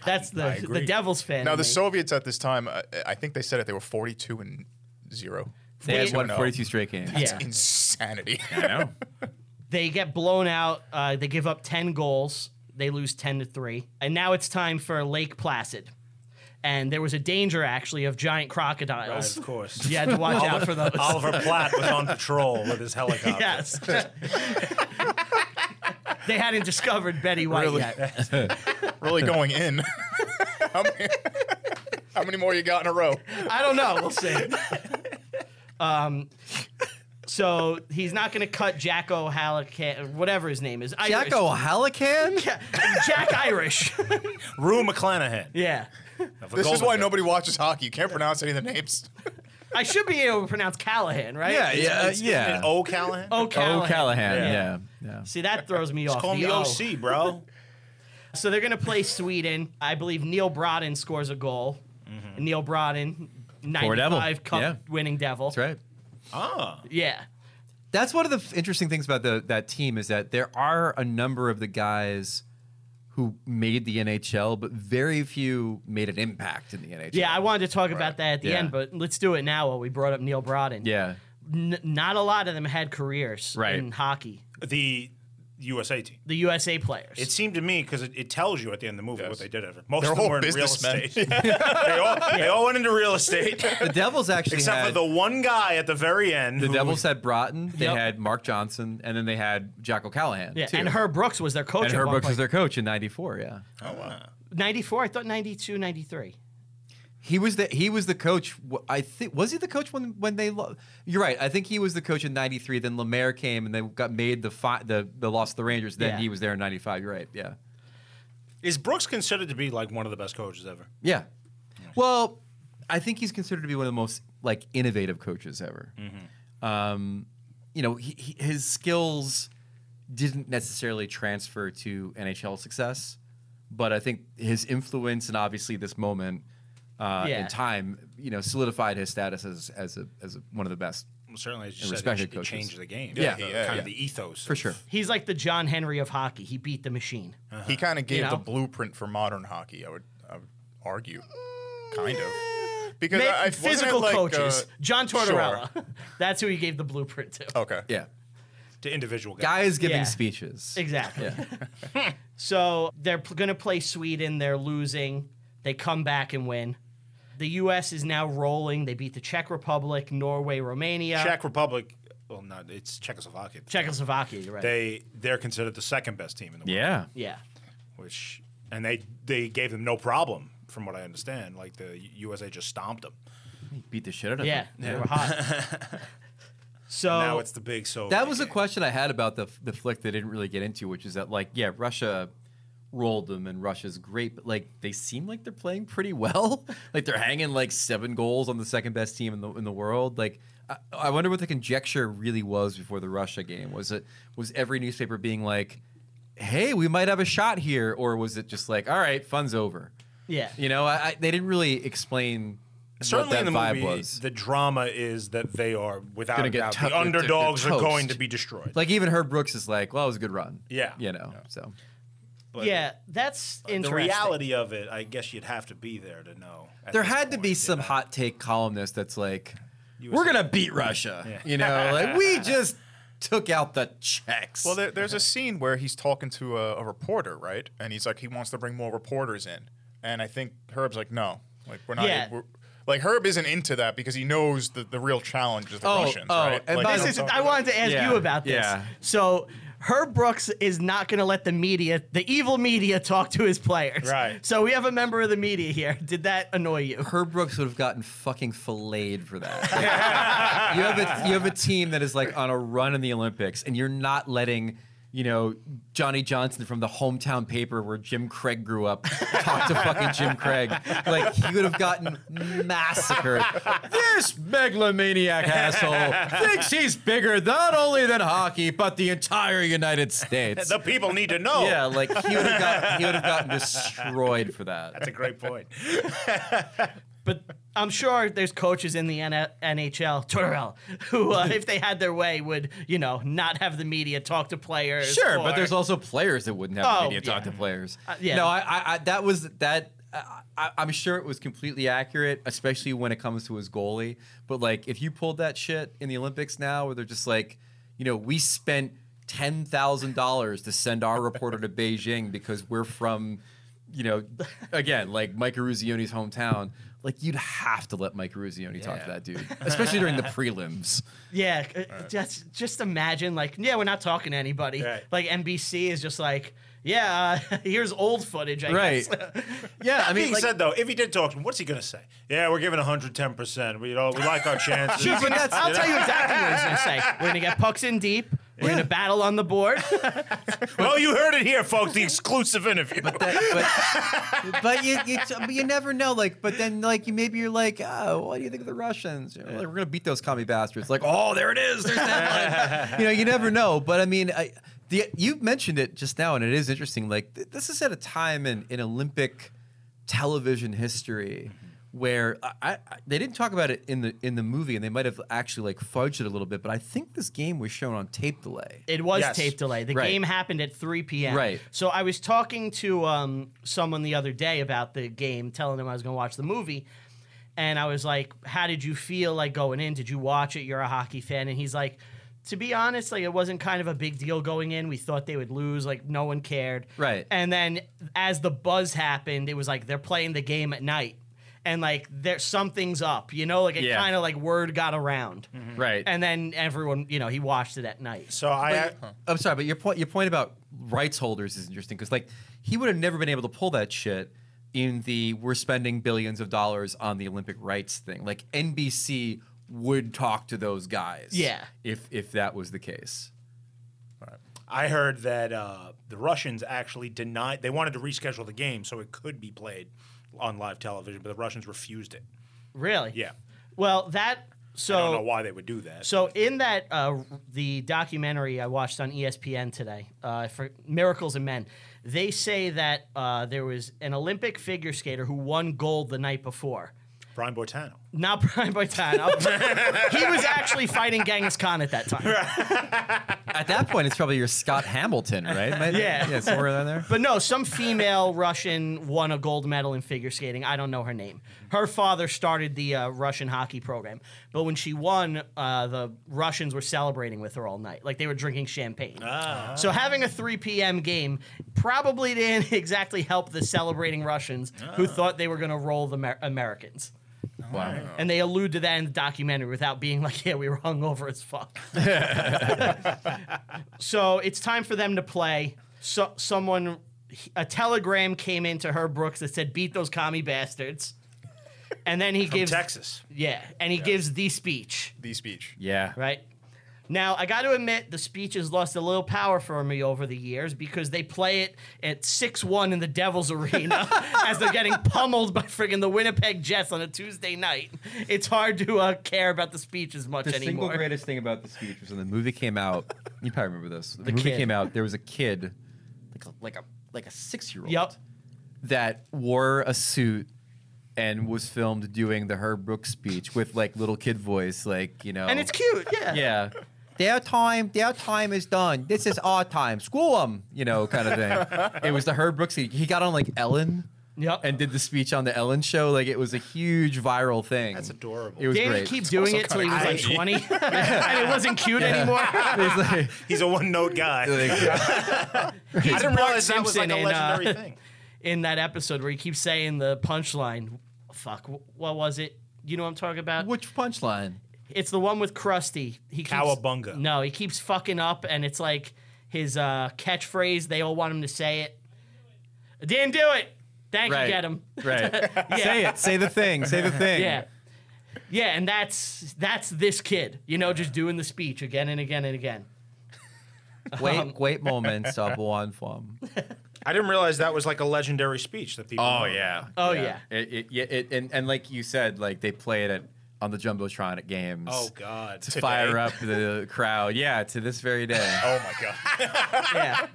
A: That's the the Devil's fan.
B: Now
A: in
B: the
A: me.
B: Soviets at this time, I, I think they said it. They were forty-two and zero.
D: They had won
B: 42.
D: 42 straight games.
A: Yeah.
B: Insanity.
A: they get blown out. Uh, they give up 10 goals. They lose 10 to 3. And now it's time for Lake Placid. And there was a danger, actually, of giant crocodiles.
C: Of course.
A: You had to watch out for those.
C: Oliver Platt was on patrol with his helicopter.
A: Yes. they hadn't discovered Betty White
B: Really?
A: yet.
B: really going in. how, many, how many more you got in a row?
A: I don't know. We'll see. Um, so he's not going to cut Jacko Halican, whatever his name is. Irish.
D: Jacko Halican?
A: Jack Irish.
C: Rue McClanahan.
A: yeah.
C: of the
B: This is
C: Golden
B: why
C: Girls.
B: nobody watches hockey. You can't pronounce any of the names.
A: I should be able to pronounce Callahan, right?
D: Yeah, yeah, uh,
C: It's-
D: yeah. Oh,
C: it's O Callahan.
A: O'Callahan.
D: O'Callahan.
C: Yeah.
D: Yeah. yeah.
A: See, that throws me off.
C: Call
A: the
C: me
A: O.
C: OC, bro.
A: So they're going to play Sweden. I believe Neil Brodin scores a goal. Neil Brodin, 95 cup
D: Mm-hmm. Yeah.
A: winning devil.
D: That's right.
C: Ah,
A: Yeah.
D: That's one of the f- interesting things about the, that team is that there are a number of the guys who made the NHL, but very few made an impact in the NHL.
A: Yeah, I wanted to talk about that at the
D: Yeah.
A: end, but let's do it now while we brought up Neil Brodin.
D: Yeah.
A: n- not a lot of them had careers
D: Right.
A: in hockey.
C: the USA team.
A: The USA players.
C: It seemed to me because it, it tells you at the end of the movie what
B: Yes.
C: they did ever. Most
B: They're
C: of them
B: all
C: were in real
B: businessmen.
C: estate. they, all, they all went into real estate,
D: The Devils actually
C: except
D: had
C: for the one guy at the very end.
D: the
C: who-
D: Devils had Broughton, they
A: Yep.
D: had Mark Johnson, and then they had Jack O'Callahan.
A: yeah,
D: too.
A: and Herb Brooks was their coach.
D: and
A: at
D: Herb
A: one
D: Brooks was
A: point.
D: their coach in '94. Yeah.
A: ninety four. I thought 92, 93.
D: He was the he was the coach. w- I think was he the coach when when they. Lo- You're right. I think he was the coach in '93. Then Lemaire came and they got made the fi- the the lost to the Rangers. Then
A: Yeah.
D: he was there in '95. You're right. Yeah.
C: Is Brooks considered to be like one of the best coaches ever?
D: Yeah. Well, I think he's considered to be one of the most like innovative coaches ever.
A: Mm-hmm.
D: Um, you know, he, he, his skills didn't necessarily transfer to NHL success, but I think his influence and obviously this moment uh,
A: Yeah.
D: in time, you know, solidified his status as as a as a, one of the best.
C: Well, certainly, as you
D: And
C: said,
D: respected
C: it, it
D: coaches.
C: changed the game.
D: Yeah.
C: the,
B: Yeah,
C: kind
B: yeah.
C: of the ethos
D: For sure.
A: He's like the John Henry of hockey. He beat the machine.
B: He kind of gave
A: know?
B: the blueprint for modern hockey. I would, I would argue, kind of, because
A: Ma-
B: I, I- wasn't it
A: physical
B: like,
A: coaches.
B: uh,
A: John
B: sure.
A: Tortorella. That's who he gave the blueprint to.
B: Okay.
D: Yeah.
C: to individual guys.
D: Guys giving
A: Yeah.
D: speeches.
A: Exactly. so they're p- going to play Sweden. They're losing. They come back and win. The U.S. is now rolling. They beat the Czech Republic, Norway, Romania,
C: Czech Republic. Well, not it's Czechoslovakia.
A: Czechoslovakia. You're right.
C: They they're considered the second best team in the world.
D: Yeah.
A: yeah.
C: Which and they they gave them no problem, from what I understand. Like the USA just stomped them.
D: Beat the shit out of
A: Yeah.
D: him.
A: They were hot. so
C: now it's the big so
D: Oh. That was a question I had about the the flick they didn't really get into, which is that like, yeah, Russia rolled them and Russia's great, but like they seem like they're playing pretty well. like they're hanging like seven goals on the second best team in the in the world. Like I, I wonder what the conjecture really was before the Russia game. Was it was every newspaper being like, "Hey, we might have a shot here," or was it just like, "All right, fun's over."
A: yeah.
D: You know, I, I, they didn't really explain
C: Certainly
D: what that
C: in the
D: vibe
C: movie,
D: was.
C: the drama is that they are without
D: Gonna
C: a
D: get
C: doubt,
D: to-
C: the
D: they're- they're- they're
C: underdogs are going
D: toast.
C: to be destroyed.
D: like even Herb Brooks is like, "Well, it was a good run."
C: Yeah.
D: you know, so.
C: But
A: yeah. That's
C: the
A: interesting.
C: reality of it, I guess you'd have to be there to know. at
D: there
C: this
D: had to
C: point,
D: be
C: you
D: some
C: know?
D: hot take columnist that's like, we're gonna beat Russia. You know, like we just took out the checks.
B: Well, there, there's a scene where he's talking to a, a reporter, right? And he's like, he wants to bring more reporters in, and I think Herb's like, no, like we're not.
A: Yeah.
B: We're, like Herb isn't into that because he knows the, the real challenge is the
D: Oh,
B: Russians,
D: oh,
B: right?
D: and
B: Like,
D: by
B: you
D: the-
A: This
B: know
A: is.
B: what I'm
A: I wanted to ask
D: Yeah,
A: you about this.
D: yeah.
A: So. Herb Brooks is not going to let the media, the evil media, talk to his players.
C: Right.
A: So we have a member of the media here. Did that annoy you?
D: Herb Brooks would have gotten fucking filleted for that. Like, you have a you have a team that is like on a run in the Olympics, and you're not letting. You know, Johnny Johnson from the hometown paper where Jim Craig grew up talk to fucking Jim Craig. Like, he would have gotten massacred. This megalomaniac asshole thinks he's bigger not only than hockey, but the entire United States.
C: The people need to know.
D: Yeah, like he would have got, he would have gotten destroyed for that.
C: That's a great point.
A: But I'm sure there's coaches in the N- NHL, Torrell, who, uh, if they had their way, would you know not have the media talk to players.
D: Sure, but
A: or-
D: there's also players that wouldn't have
A: Oh,
D: the media talk
A: yeah. Uh,
D: to players.
A: yeah.
D: No, I, I, I that was that. I, I- I'm sure it was completely accurate, especially when it comes to his goalie. But like, if you pulled that shit in the Olympics now, where they're just like, you know, we spent ten thousand dollars to send our reporter to Beijing because we're from, you know, again, like Mike Ruzioni's hometown. Like, you'd have to let Mike Ruzioni talk to that dude, especially during the prelims.
A: yeah, uh, just just imagine like yeah, we're not talking to anybody.
C: Right.
A: Like NBC is just like yeah, uh, here's old footage. I
D: Right.
A: guess.
D: Yeah, I
C: I mean,
D: mean,
C: he
D: like,
C: said though, if he did talk to him, what's he going to say? Yeah, we're giving 110. percent We you know, we like our chances.
A: Chief, but that's- I'll
C: know?
A: tell you exactly what he's gonna say. We're gonna get pucks in deep. We're gonna battle on the board.
C: well, Oh, you heard it here, folks. The exclusive interview.
D: that- but but you, you but you never know. Like, but then like you maybe you're like, oh, what do you think of the Russians? You know, like, we're gonna beat those commie bastards. Like, oh, there it is. There's that line. you know, you never know. But I mean, I, the you mentioned it just now, and it is interesting. Like, th- this is at a time in in Olympic television history. Where I, I, they didn't talk about it in the in the movie, and they might have actually like fudged it a little bit, but I think this game was shown on tape delay.
A: It was
C: Yes.
A: tape delay. The
D: Right.
A: game happened at 3 p.m.
D: Right.
A: So I was talking to um, someone the other day about the game, telling them I was going to watch the movie. And I was like, How did you feel like going in? Did you watch it? You're a hockey fan. And he's like, To be honest, like it wasn't kind of a big deal going in. We thought they would lose. Like no one cared.
D: Right.
A: And then as the buzz happened, it was like they're playing the game at night. And like there something's up, you know, like it
D: Yeah. Mm-hmm.
A: kind of like word got around.
D: Right.
A: And then everyone, you know, he watched it at night.
C: So I,
D: I'm sorry, but your point your point about rights holders is interesting because like he would have never been able to pull that shit in the we're spending billions of dollars on the Olympic rights thing. Like NBC would talk to those guys.
A: Yeah.
D: If if that was the case.
C: I heard that uh, the Russians actually denied they wanted to reschedule the game so it could be played on live television, but the Russians refused it.
A: Really?
C: Yeah.
A: Well, that so
C: I don't know why they would do that.
A: So in that uh, the documentary I watched on E ESPN today uh, for Miracles and Men, they say that uh, there was an Olympic figure skater who won gold the night before.
C: Brian Bortano.
A: Not Brian Boitano. he was actually fighting Genghis Khan at that time.
D: At that point, it's probably your Scott Hamilton, right? Might-
A: Yeah.
D: Yeah, somewhere around there.
A: But no, some female Russian won a gold medal in figure skating. I don't know her name. Her father started the uh, Russian hockey program. But when she won, uh, the Russians were celebrating with her all night. Like they were drinking champagne. So having a 3 p.m. game probably didn't exactly help the celebrating Russians who thought they were going to roll the Amer- Americans.
D: Wow.
A: And they allude to that in the documentary without being like, yeah, we were hungover as fuck. so it's time for them to play. So someone, a telegram came into her Brooks that said, "Beat those commie bastards." And then he
C: From
A: gives
C: Texas.
A: yeah, and he gives the speech
B: The speech.
D: Yeah.
A: right? Now, I got to admit, the speech has lost a little power for me over the years because they play it at 6 1 in the Devils Arena as they're getting pummeled by friggin' the Winnipeg Jets on a Tuesday night. It's hard to uh, care about the speech as much
D: The single
A: anymore.
D: greatest thing about the speech was when the movie came out. You probably remember this. The, movie
A: kid.
D: came out. There was a kid, like a, like a like a six year old,
A: Yep.
D: that wore a suit and was filmed doing the Herb Brooks speech with like little kid voice, like you know.
A: And it's cute, yeah.
D: Yeah. Their time, their time is done. This is our time. Screw them, you know, kind of thing. it was the Herb Brooks. He, he got on like Ellen,
A: Yep.
D: and did the speech on the Ellen show. Like it was a huge viral thing.
C: That's adorable.
D: It was
A: Danny
D: great.
A: keep doing
B: also
A: it till he
B: kinda
A: was like
B: cringy.
A: 20, and it wasn't cute anymore.
D: It was like-
C: He's a one note guy.
D: like-
B: I didn't realize
A: Bart
B: that was like
A: Simpson in,
B: a
A: uh,
B: legendary thing.
A: In that episode where he keeps saying the punchline, fuck, wh- what was it? You know what I'm talking about?
D: which punchline?
A: It's the one with Krusty. He keeps,
C: Cowabunga.
A: No, he keeps fucking up, and it's like his uh, catchphrase. They all want him to say it. Didn't do it. Thank
D: Right.
A: you, get him.
D: Right.
A: Yeah.
D: Say it. Say the thing. Say the thing.
A: Yeah. Yeah, and that's that's this kid, you know, just doing the speech again and again and again. Um,
D: Wait, wait moments of one form.
C: I didn't realize that was like a legendary speech that people. know.
A: Oh, yeah.
D: It, it, yeah it, and, and like you said, like they play it at, on the Jumbotron at games.
C: Oh God.
D: To fire up the crowd. Yeah, to this very day.
B: Oh my god.
A: Yeah.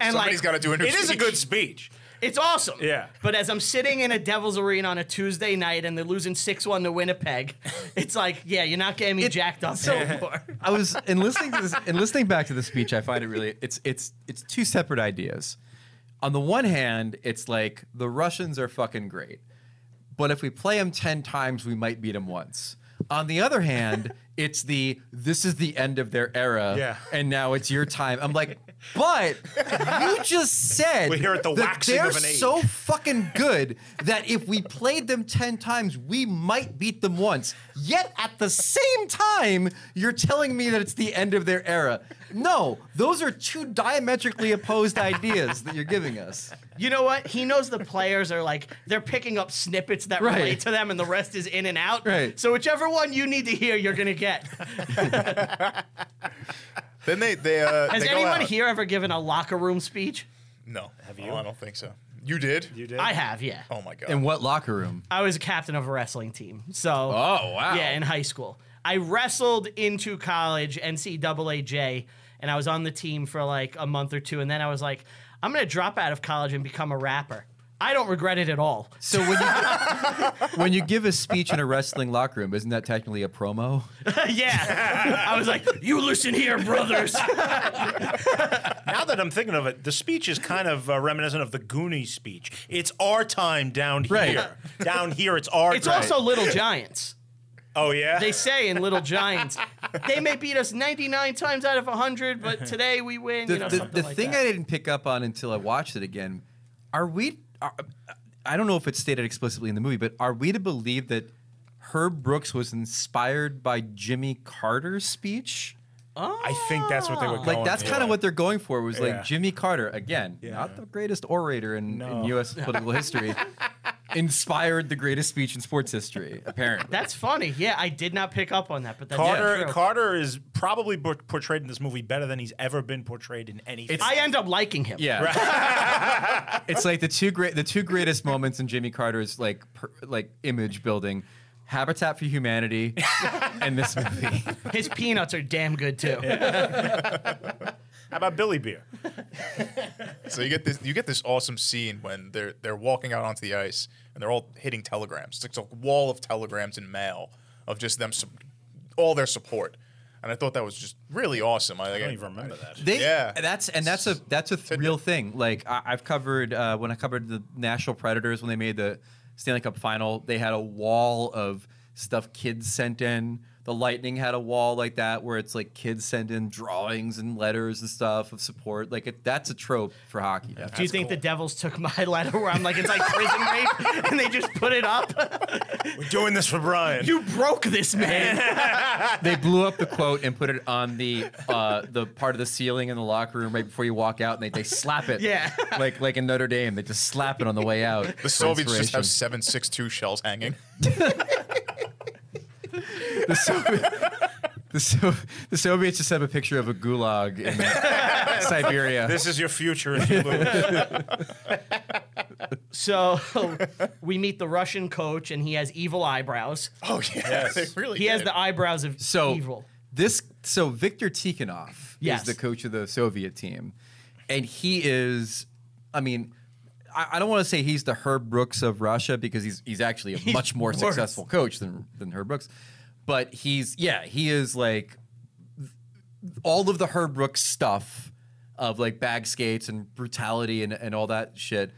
A: And
B: Somebody's
A: like
B: got to do a new
C: It is a
B: speech.
C: good speech.
A: it's awesome.
C: Yeah.
A: But as I'm sitting in a Devil's Arena on a Tuesday night and they're losing 6-1 to Winnipeg, it's like, yeah, you're not getting me jacked up anymore.
D: I was in listening to this in listening back to the speech, I find it really it's it's it's two separate ideas. On the one hand, it's like the Russians are fucking great. But if we play them 10 times, we might beat them once. On the other hand, it's the this is the end of their era
C: Yeah.
D: and now it's your time. I'm like, "But you just said
C: We're here at the
D: that
C: waxing
D: they're
C: of an age."
D: so fucking good that if we played them 10 times, we might beat them once. Yet at the same time, you're telling me that it's the end of their era. No, those are two diametrically opposed ideas that you're giving us.
A: You know what? He knows the players are like they're picking up snippets that
D: Right.
A: relate to them, and the rest is in and out.
D: Right.
A: So whichever one you need to hear, you're gonna get.
B: Then they they uh,
A: Has
B: they go
A: anyone
B: out.
A: here ever given a locker room speech?
B: No. Have
C: you?
B: I don't think so. You did.
C: You did.
A: I have, yeah.
B: Oh my god.
D: In what locker room?
A: I was a captain of a wrestling team, so
D: Oh, wow.
A: yeah, in high school. I wrestled into college NCAA J, and I was on the team for like a month or two, and then I was like, I'm gonna drop out of college and become a rapper. I don't regret it at all.
D: So when you when you give a speech in a wrestling locker room, isn't that technically a promo?
A: yeah, I was like, you listen here, brothers.
C: Now that I'm thinking of it, the speech is kind of uh, reminiscent of the Goonie speech. It's our time down here.
D: Right.
C: Down here, it's our.
A: it's
C: time.
A: also Little Giants.
C: Oh yeah.
A: they say in Little Giants. they may beat us 99 times out of 100, but today we win.
D: The,
A: you know,
D: the-
A: something
D: the
A: like
D: thing
A: that.
D: I didn't pick up on until I watched it again, are we? Are, I don't know if it's stated explicitly in the movie, but are we to believe that Herb Brooks was inspired by Jimmy Carter's speech?
C: I think Ah. that's what they would.
D: Like that's kind of what they're going for. Was
C: Yeah.
D: like Jimmy Carter again, not the greatest orator in, in
C: No.
D: U.S. political history, inspired the greatest speech in sports history, apparently.
A: That's funny. Yeah, I did not pick up on that, but that's
C: Carter
A: true.
C: Carter is probably por- portrayed in this movie better than he's ever been portrayed in any. film.
A: I end up liking him.
D: yeah. it's like the two great the two greatest moments in Jimmy Carter's like per, like image building. Habitat for Humanity and this movie.
A: His peanuts are damn good too.
C: How about Billy Beer?
B: So you get this you get this awesome scene when they're they're walking out onto the ice and they're all hitting telegrams. It's like a wall of telegrams and mail of just them su- all their support. And I thought that was just really awesome. I,
C: I don't even remember that.
D: They,
B: Yeah.
D: that's and that's a that's a th- real thing. Like I, I've covered uh, when I covered the National Predators when they made the Stanley Cup final, they had a wall of stuff kids sent in. The Lightning had a wall like that where it's like kids send in drawings and letters and stuff of support. Like it, that's a trope for hockey.
A: Do you think the Devils took my letter where I'm like, it's like prison rape, and they just put it up?
C: We're doing this for Brian.
A: You broke this man.
D: they blew up the quote and put it on the uh, the part of the ceiling in the locker room right before you walk out, and they, they slap it.
A: Yeah.
D: like like in Notre Dame, they just slap it on the way out.
B: The Soviets just have seven six two shells hanging.
D: the, Sovi- the, so- the Soviets just have a picture of a gulag in Siberia.
C: this is your future if you lose.
A: so we meet the Russian coach, and he has evil eyebrows.
B: Oh yeah, they really.
A: He has
B: did.
A: the eyebrows of
D: so
A: evil.
D: this so Viktor Tikhonov
A: Yes.
D: is the coach of the Soviet team, and he is, I mean. I I don't want to say he's the Herb Brooks of Russia because he's he's actually a much more
A: worse.
D: successful coach than than Herb Brooks, but he's yeah he is like all of the Herb Brooks stuff of like bag skates and brutality and, and all that shit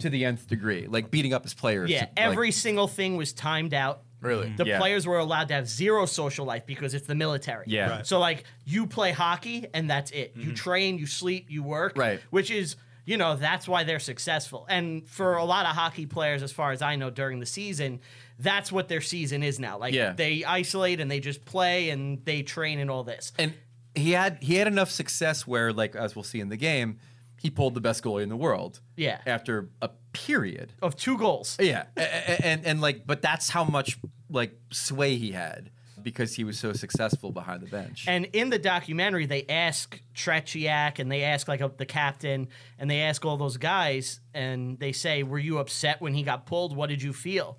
D: to the nth degree, like beating up his players.
A: Yeah,
D: like-
A: every single thing was timed out.
B: Really?
A: The
D: Yeah.
A: players were allowed to have zero social life because it's the military.
D: Yeah. Right. Mm-hmm.
A: So like you play hockey and that's it. You train, you sleep, you work.
D: Right.
A: Which is you know that's why they're successful. And for a lot of hockey players, as far as I know, during the season, that's what their season is now. Like
D: Yeah.
A: they isolate and they just play and they train and all this.
D: and he had he had enough success where like as we'll see in the game he pulled the best goalie in the world
A: Yeah.
D: after a period
A: Of two goals.
D: yeah A- a- and and like but that's how much like sway he had because he was so successful behind the bench
A: And in the documentary, they ask Tretiak and they ask like a, the captain and they ask all those guys and they say, "Were you upset when he got pulled? What did you feel?"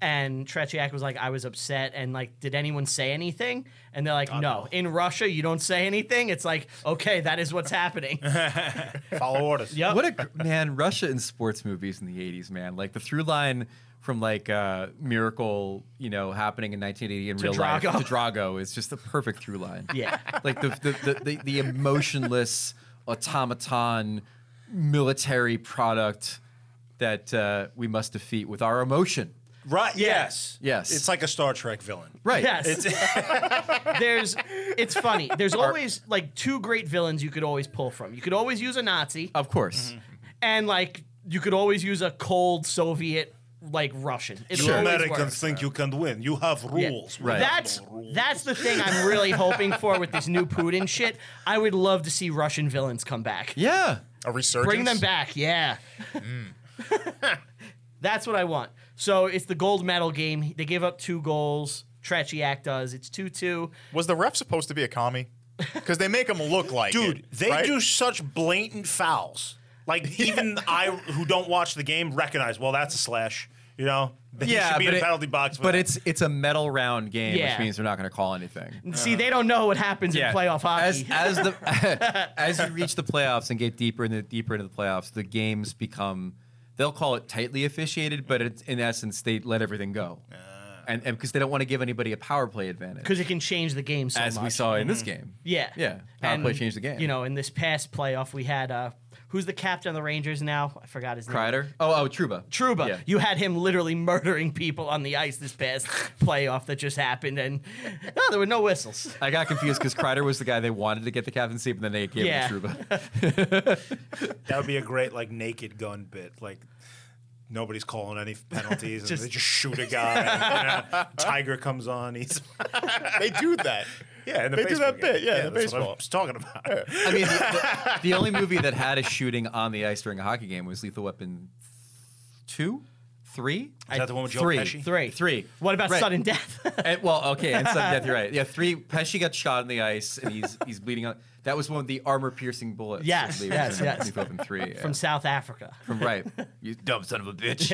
A: And Tretiak was like, "I was upset." And like, did anyone say anything? And they're like, "No." In Russia, you don't say anything. It's like, okay, that is what's happening.
C: Follow orders.
A: Yep.
D: what a gr- man russia in sports movies in the 80s man like the through line from like uh miracle you know happening in 1980 in real
A: Drago.
D: life to drago is just the perfect through line
A: yeah.
D: like the the, the, the, the emotionless automaton military product that uh, we must defeat with our emotion.
C: Right. Yes.
D: Yes.
C: It's like a Star Trek villain.
D: Right.
A: Yes. There's it's funny. There's always like two great villains you could always pull from. You could always use a Nazi.
D: Of course.
C: Mm-hmm.
A: and like you could always use a cold Soviet like Russian. It
C: You
A: always
C: Americans
A: works.
C: think you can win. You have
A: Yeah.
C: rules.
D: Right.
A: That's that's the thing I'm really hoping for with this new Putin shit. I would love to see Russian villains come back.
D: Yeah. Mm.
B: a resurgence.
A: Bring them back, yeah. that's what I want. So it's the gold medal game. They give up two goals. Tretiak does. It's two two.
B: Was the ref supposed to be a commie? Because they make him look like
C: Dude,
B: it,
C: they
B: right?
C: do such blatant fouls. Like even I, who don't watch the game, recognize. Well, that's a slash. You know, They
D: Yeah,
C: should be in
D: but
C: a
D: it-
C: penalty box. for
D: But
C: that.
D: it's it's a medal round game,
A: Yeah.
D: which means they're not going to call anything.
A: See, they don't know what happens in playoff
D: Uh-huh. As,
A: hockey.
D: as the as you reach the playoffs and get deeper and deeper into the playoffs, the games become they'll call it tightly officiated, but it's, in essence they let everything go, and and because they don't want to give anybody a power play advantage.
A: because it can change the game so
D: as
A: much.
D: we saw in this game.
A: Yeah.
D: Yeah. Power play changed the game.
A: You know, in this past playoff, we had uh, who's the captain of the Rangers now? I forgot his name.
D: Kreider. Oh, oh, Truba.
A: Truba.
D: Yeah.
A: You had him literally murdering people on the ice this past playoff that just happened, and no, there were no whistles.
D: I got confused because Kreider was the guy they wanted to get the captaincy, but then they gave
A: Yeah.
D: him Truba.
C: that would be a great like naked gun bit. Like nobody's calling any penalties, and
A: Just-
C: they just shoot a guy. and, you know, Tiger comes on. He's
B: They do that.
C: yeah, in the
B: They do
C: baseball
B: that
C: game.
B: bit, yeah, the
C: that's what
B: baseball.
C: I was talking about.
D: I mean, the, the only movie that had a shooting on the ice during a hockey game was Lethal Weapon 2? three.
C: Is that the one with Joe
D: three.
C: Pesci?
A: Three.
D: Three.
A: What about
D: Right.
A: sudden death?
D: And- well, okay, and sudden death. You're right. Yeah, three. Pesci got shot in the ice, and he's he's bleeding out. That was one of the armor-piercing bullets. I
A: Yes,
D: believe,
A: yes,
D: from
A: yes.
D: New Hope in three. yeah.
A: From South Africa.
D: From right. You dumb son of a bitch.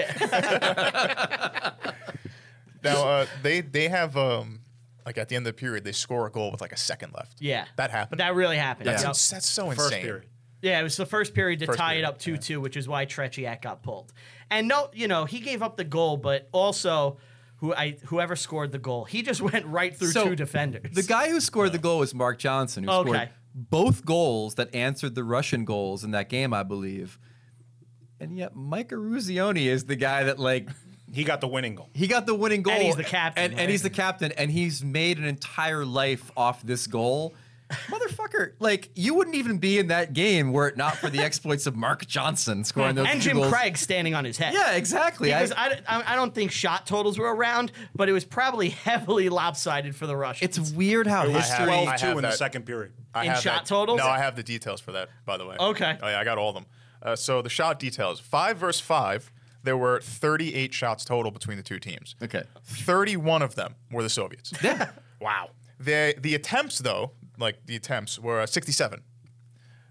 B: Now uh, they they have um, like at the end of the period they score a goal with like a second left.
A: Yeah.
B: that happened.
A: That really happened.
B: that's,
A: Yep.
B: ins- that's so
C: First
B: insane.
C: period.
A: Yeah, it was the first period to
B: First
A: tie
B: period,
A: it up 2 2, which is why Tretiak got pulled. And no, you know, he gave up the goal, but also who I whoever scored the goal, he just went right through
D: So,
A: two defenders.
D: The guy who scored the goal was Mark Johnson, who scored
A: Oh. Okay.
D: both goals that answered the Russian goals in that game, I believe. And yet, Mike Ruzioni is the guy that like
C: He got the winning goal.
D: he got the winning goal.
A: he's the captain,
D: and,
A: right?
D: and he's the captain, and he's made an entire life off this goal. Motherfucker, like you wouldn't even be in that game were it not for the exploits of Mark Johnson scoring those
A: Hmm. and
D: two
A: Jim
D: goals.
A: Craig standing on his head.
D: Yeah, exactly. I-
A: Because I, I, I don't think shot totals were around, but it was probably heavily lopsided for the Russians.
D: it's weird how
C: It was
D: history.
B: have- I
C: 12 2
B: have
C: in the
B: that.
C: second period.
B: I
A: In
B: have
A: shot
B: that-
A: totals?
B: No, I have the details for that, by the way.
A: Okay.
B: Oh, yeah, I got all of them. Uh, so the shot details: five versus five. There were 38 shots total between the two teams.
D: Okay.
B: 31 of them were the Soviets.
D: Yeah.
B: wow. The the attempts though, like the attempts were uh, 67.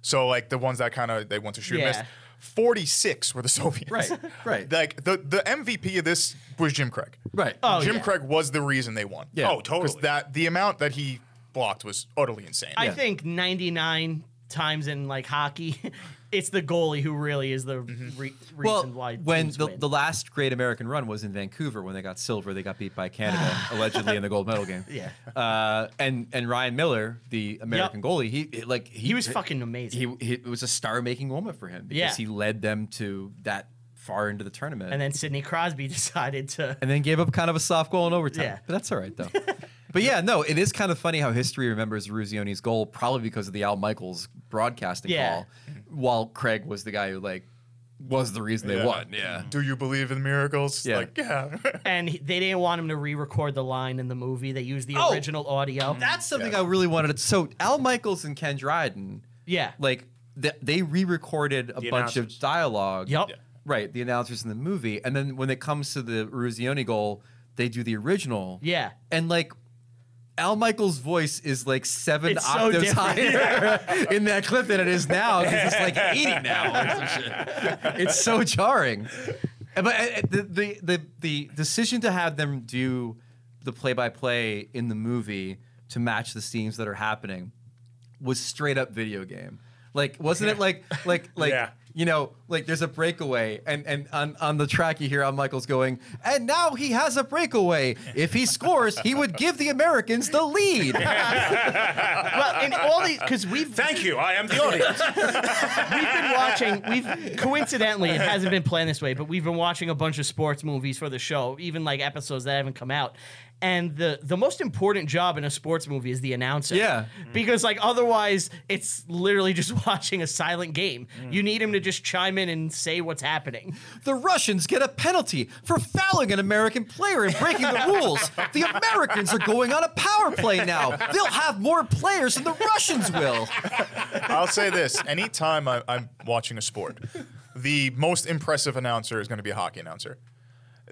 B: So like the ones that kind of they want to shoot
A: Yeah.
B: missed. 46 were the Soviets.
D: Right, right.
B: Like the the MVP of this was Jim Craig.
D: Right.
A: Oh,
B: Jim
A: yeah.
B: Craig was the reason they won.
D: Yeah.
C: Oh, totally.
B: that the amount that he blocked was utterly insane.
A: I think 99 times in like hockey, it's the goalie who really is the re- reason why
D: Mm-hmm. when
A: teams
D: the,
A: win.
D: the last great American run was in Vancouver when they got silver, they got beat by Canada allegedly in the gold medal game.
A: Yeah.
D: Uh, and and Ryan Miller, the American goalie, he he- like he,
A: he was fucking amazing.
D: he, he- it was a star-making moment for him because
A: Yeah.
D: he led them to that far into the tournament.
A: and then Sidney Crosby decided to
D: and then gave up kind of a soft goal in overtime.
A: Yeah.
D: But that's all right though. but yeah, no, it is kind of funny how history remembers Ruzioni's goal probably because of the Al Michaels broadcasting
A: Yeah.
D: call, while Craig was the guy who like was the reason they
B: Yeah.
D: won. Yeah.
B: Do you believe in miracles?
D: Yeah.
B: Like, yeah.
A: and he- they didn't want him to re-record the line in the movie. They used the
D: Oh.
A: original audio.
D: That's something
B: Yeah.
D: I really wanted. To, so Al Michaels and Ken Dryden,
A: yeah.
D: like th- they re-recorded a
C: The
D: bunch
C: announcers.
D: of dialogue.
A: Yup.
B: Yeah.
D: Right, the announcers in the movie, and then when it comes to the Ruzioni goal, they do the original.
A: Yeah.
D: and like. Al Michaels' voice is like seven
A: It's so
D: octaves
A: different.
D: higher in that clip than it is now because it's like 80 now. or some shit. It's so jarring. And- But uh, uh, the, the the the decision to have them do the play by play in the movie to match the scenes that are happening was straight up video game. Like wasn't it like like like
C: Yeah.
D: you know like there's a breakaway and and on on the track you hear on Michael's going and now he has a breakaway. If he scores, he would give the Americans the lead.
A: Well, in all these because we've
C: Thank you. I am the audience.
A: we've been watching. We've coincidentally, it hasn't been planned this way, but we've been watching a bunch of sports movies for the show, even like episodes that haven't come out. And the the most important job in a sports movie is the announcer.
D: Yeah.
A: because like otherwise, it's literally just watching a silent game. You need him to just chime in and say what's happening.
D: The Russians get a penalty for fouling an American player and breaking the rules. The Americans are going on a power play now. They'll have more players than the Russians will.
B: I'll say this: anytime I, I'm watching a sport, the most impressive announcer is going to be a hockey announcer.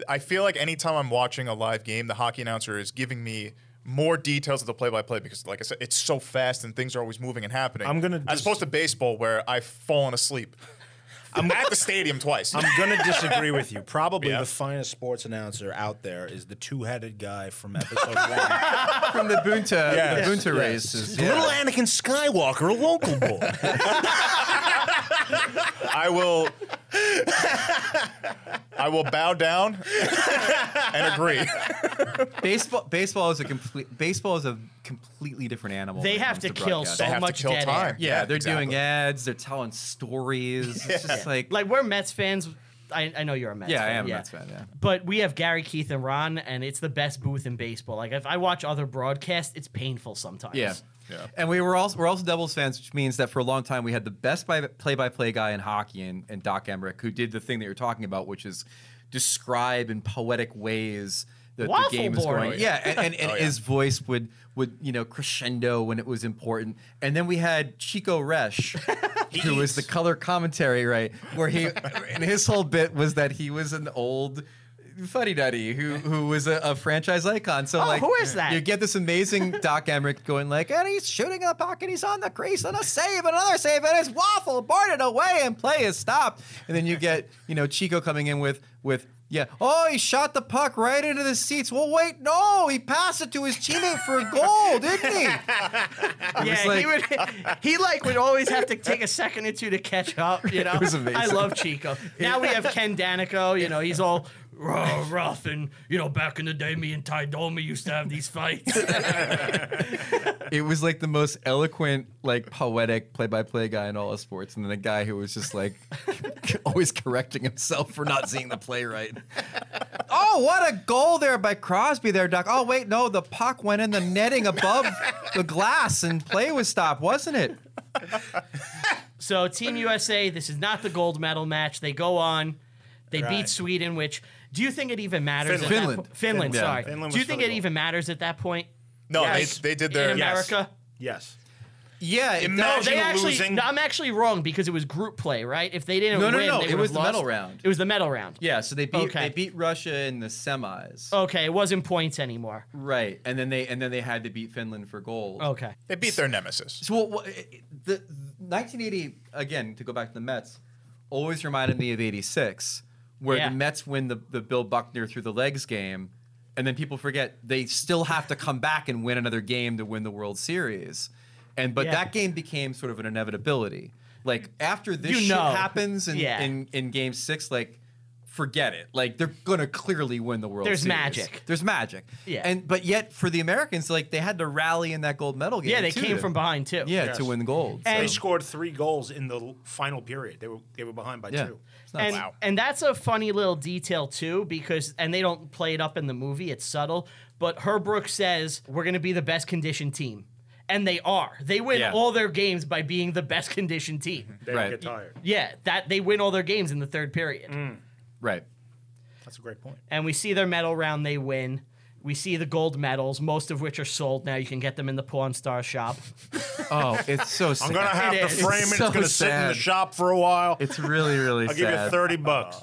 B: I feel like anytime I'm watching a live game, the hockey announcer is giving me more details of the play-by-play because, like I said, it's so fast and things are always moving and happening.
C: I'm gonna
B: as
C: dis-
B: opposed to baseball where I've fallen asleep. I'm at the stadium twice.
C: I'm going to disagree with you. Probably
B: Yeah.
C: the finest sports announcer out there is the two headed guy from episode one.
D: From the Bunta,
C: Yes,
D: the Bunta
C: yes.
D: races.
C: Little Anakin Skywalker, a local boy.
B: I will. I will bow down and agree.
D: Baseball, baseball is a complete. Baseball is a completely different animal.
A: They
D: when it
A: have to
D: comes
A: kill
D: broadcast.
A: so
B: They have to
A: much
B: kill
A: dead air.
B: time.
D: Yeah,
B: Yeah,
D: they're doing
B: exactly.
D: ads. They're telling stories. It's just like,
A: Like we're Mets fans. I, I know you're a Mets.
D: yeah, I
A: fan,
D: am a Mets fan. Yeah.
A: But we have Gary Keith and Ron, and it's the best booth in baseball. Like if I watch other broadcasts, it's painful sometimes.
D: Yeah.
B: Yeah.
D: And we were also we're also Devils fans, which means that for a long time we had the best by, play-by-play guy in hockey and, and Doc Emmerich, who did the thing that you're talking about, which is describe in poetic ways that
A: Waffle
D: the game is
A: boy.
D: going. Yeah, and, and, and
B: Oh, yeah.
D: his voice would would you know crescendo when it was important. And then we had Chico Resch, who was the color commentary, right? Where he and his whole bit was that he was an old Fuddy Duddy, who who was a, a franchise icon. So
A: Oh,
D: like,
A: who is that?
D: You get this amazing Doc Emmerich going like, and he's shooting in the pocket, he's on the crease, and a save, another save, and it's waffle boarded away, and play is stopped. And then you get you know Chico coming in with with. Yeah. Oh, he shot the puck right into the seats. Well, wait, no, he passed it to his teammate for a goal, didn't he?
A: yeah,
D: was
A: he would. He like would always have to take a second or two to catch up. You know,
D: was amazing.
A: I love Chico. Now we have Ken Danico. You know, he's all raw, rough, and you know, back in the day, me and Ty Domi used to have these fights.
D: It was like the most eloquent, like poetic play-by-play guy in all of sports, and then a guy who was just like always correcting himself for not seeing the play right. Oh, what a goal there by Crosby there, Doc. Oh wait, no, the puck went in the netting above the glass, and play was stopped, wasn't it?
A: So Team USA, this is not the gold medal match. They go on. They beat
C: Right.
A: Sweden, which do you think it even matters? at
D: Finland.
A: that po- Finland.
D: Finland. Yeah.
A: Sorry.
C: Finland
A: do you
C: was
A: think
C: for
A: it
C: the
A: even matters at that point?
B: No,
A: Yes.
B: they, they did their.
A: in America.
C: Yes.
D: Yeah, it
A: No,
C: Imagine
A: they actually.
C: losing.
A: No, I'm actually wrong because it was group play, right? If they didn't
D: No, no,
A: win,
D: no,
A: they
D: it
A: would've
D: was the
A: lost.
D: medal round.
A: It was the medal round.
D: yeah. So they beat
A: Okay. Oh.
D: they beat Russia in the semis,
A: Okay, it wasn't points anymore.
D: right? And then they and then they had to beat Finland for gold.
A: Okay.
B: They beat their nemesis.
D: So what, the 1980 again to go back to the Mets always reminded me of 86 where
A: Yeah.
D: the Mets win the, the Bill Buckner through the legs game and then people forget they still have to come back and win another game to win the World Series. And but
A: Yeah.
D: that game became sort of an inevitability. Like after this
A: You
D: shit
A: know.
D: happens in,
A: Yeah.
D: in in game 6 like forget it. Like they're going to clearly win the World
A: There's
D: Series.
A: magic.
D: There's magic.
A: Yeah.
D: And but yet for the Americans like they had to rally in that gold medal game
A: Yeah, they
D: too,
A: came
D: to-
A: from behind too.
D: yeah,
C: Yes.
D: to win gold.
C: They
A: And-
D: so.
C: scored three goals in the l- final period. They were they were behind by
D: Yeah.
C: two.
D: It's not
A: And,
D: wow.
A: and that's a funny little detail too, because and they don't play it up in the movie; it's subtle. But Herbrook says we're going to be the best conditioned team, and they are. They win
D: Yeah.
A: all their games by being the best conditioned team.
C: They
D: Right.
C: don't get tired.
A: Yeah, that they win all their games in the third period,
D: Right.
C: That's a great point.
A: and we see their medal round; they win. We see the gold medals, most of which are sold now. You can get them in the Pawn Star shop.
D: Oh, it's so sad.
C: I'm gonna have
A: It
C: to
A: is.
C: frame it.
D: It's
C: It's,
D: so
C: gonna sit in the
D: sad.
C: shop for a while.
D: It's really, really
C: I'll
D: sad.
C: give you thirty bucks.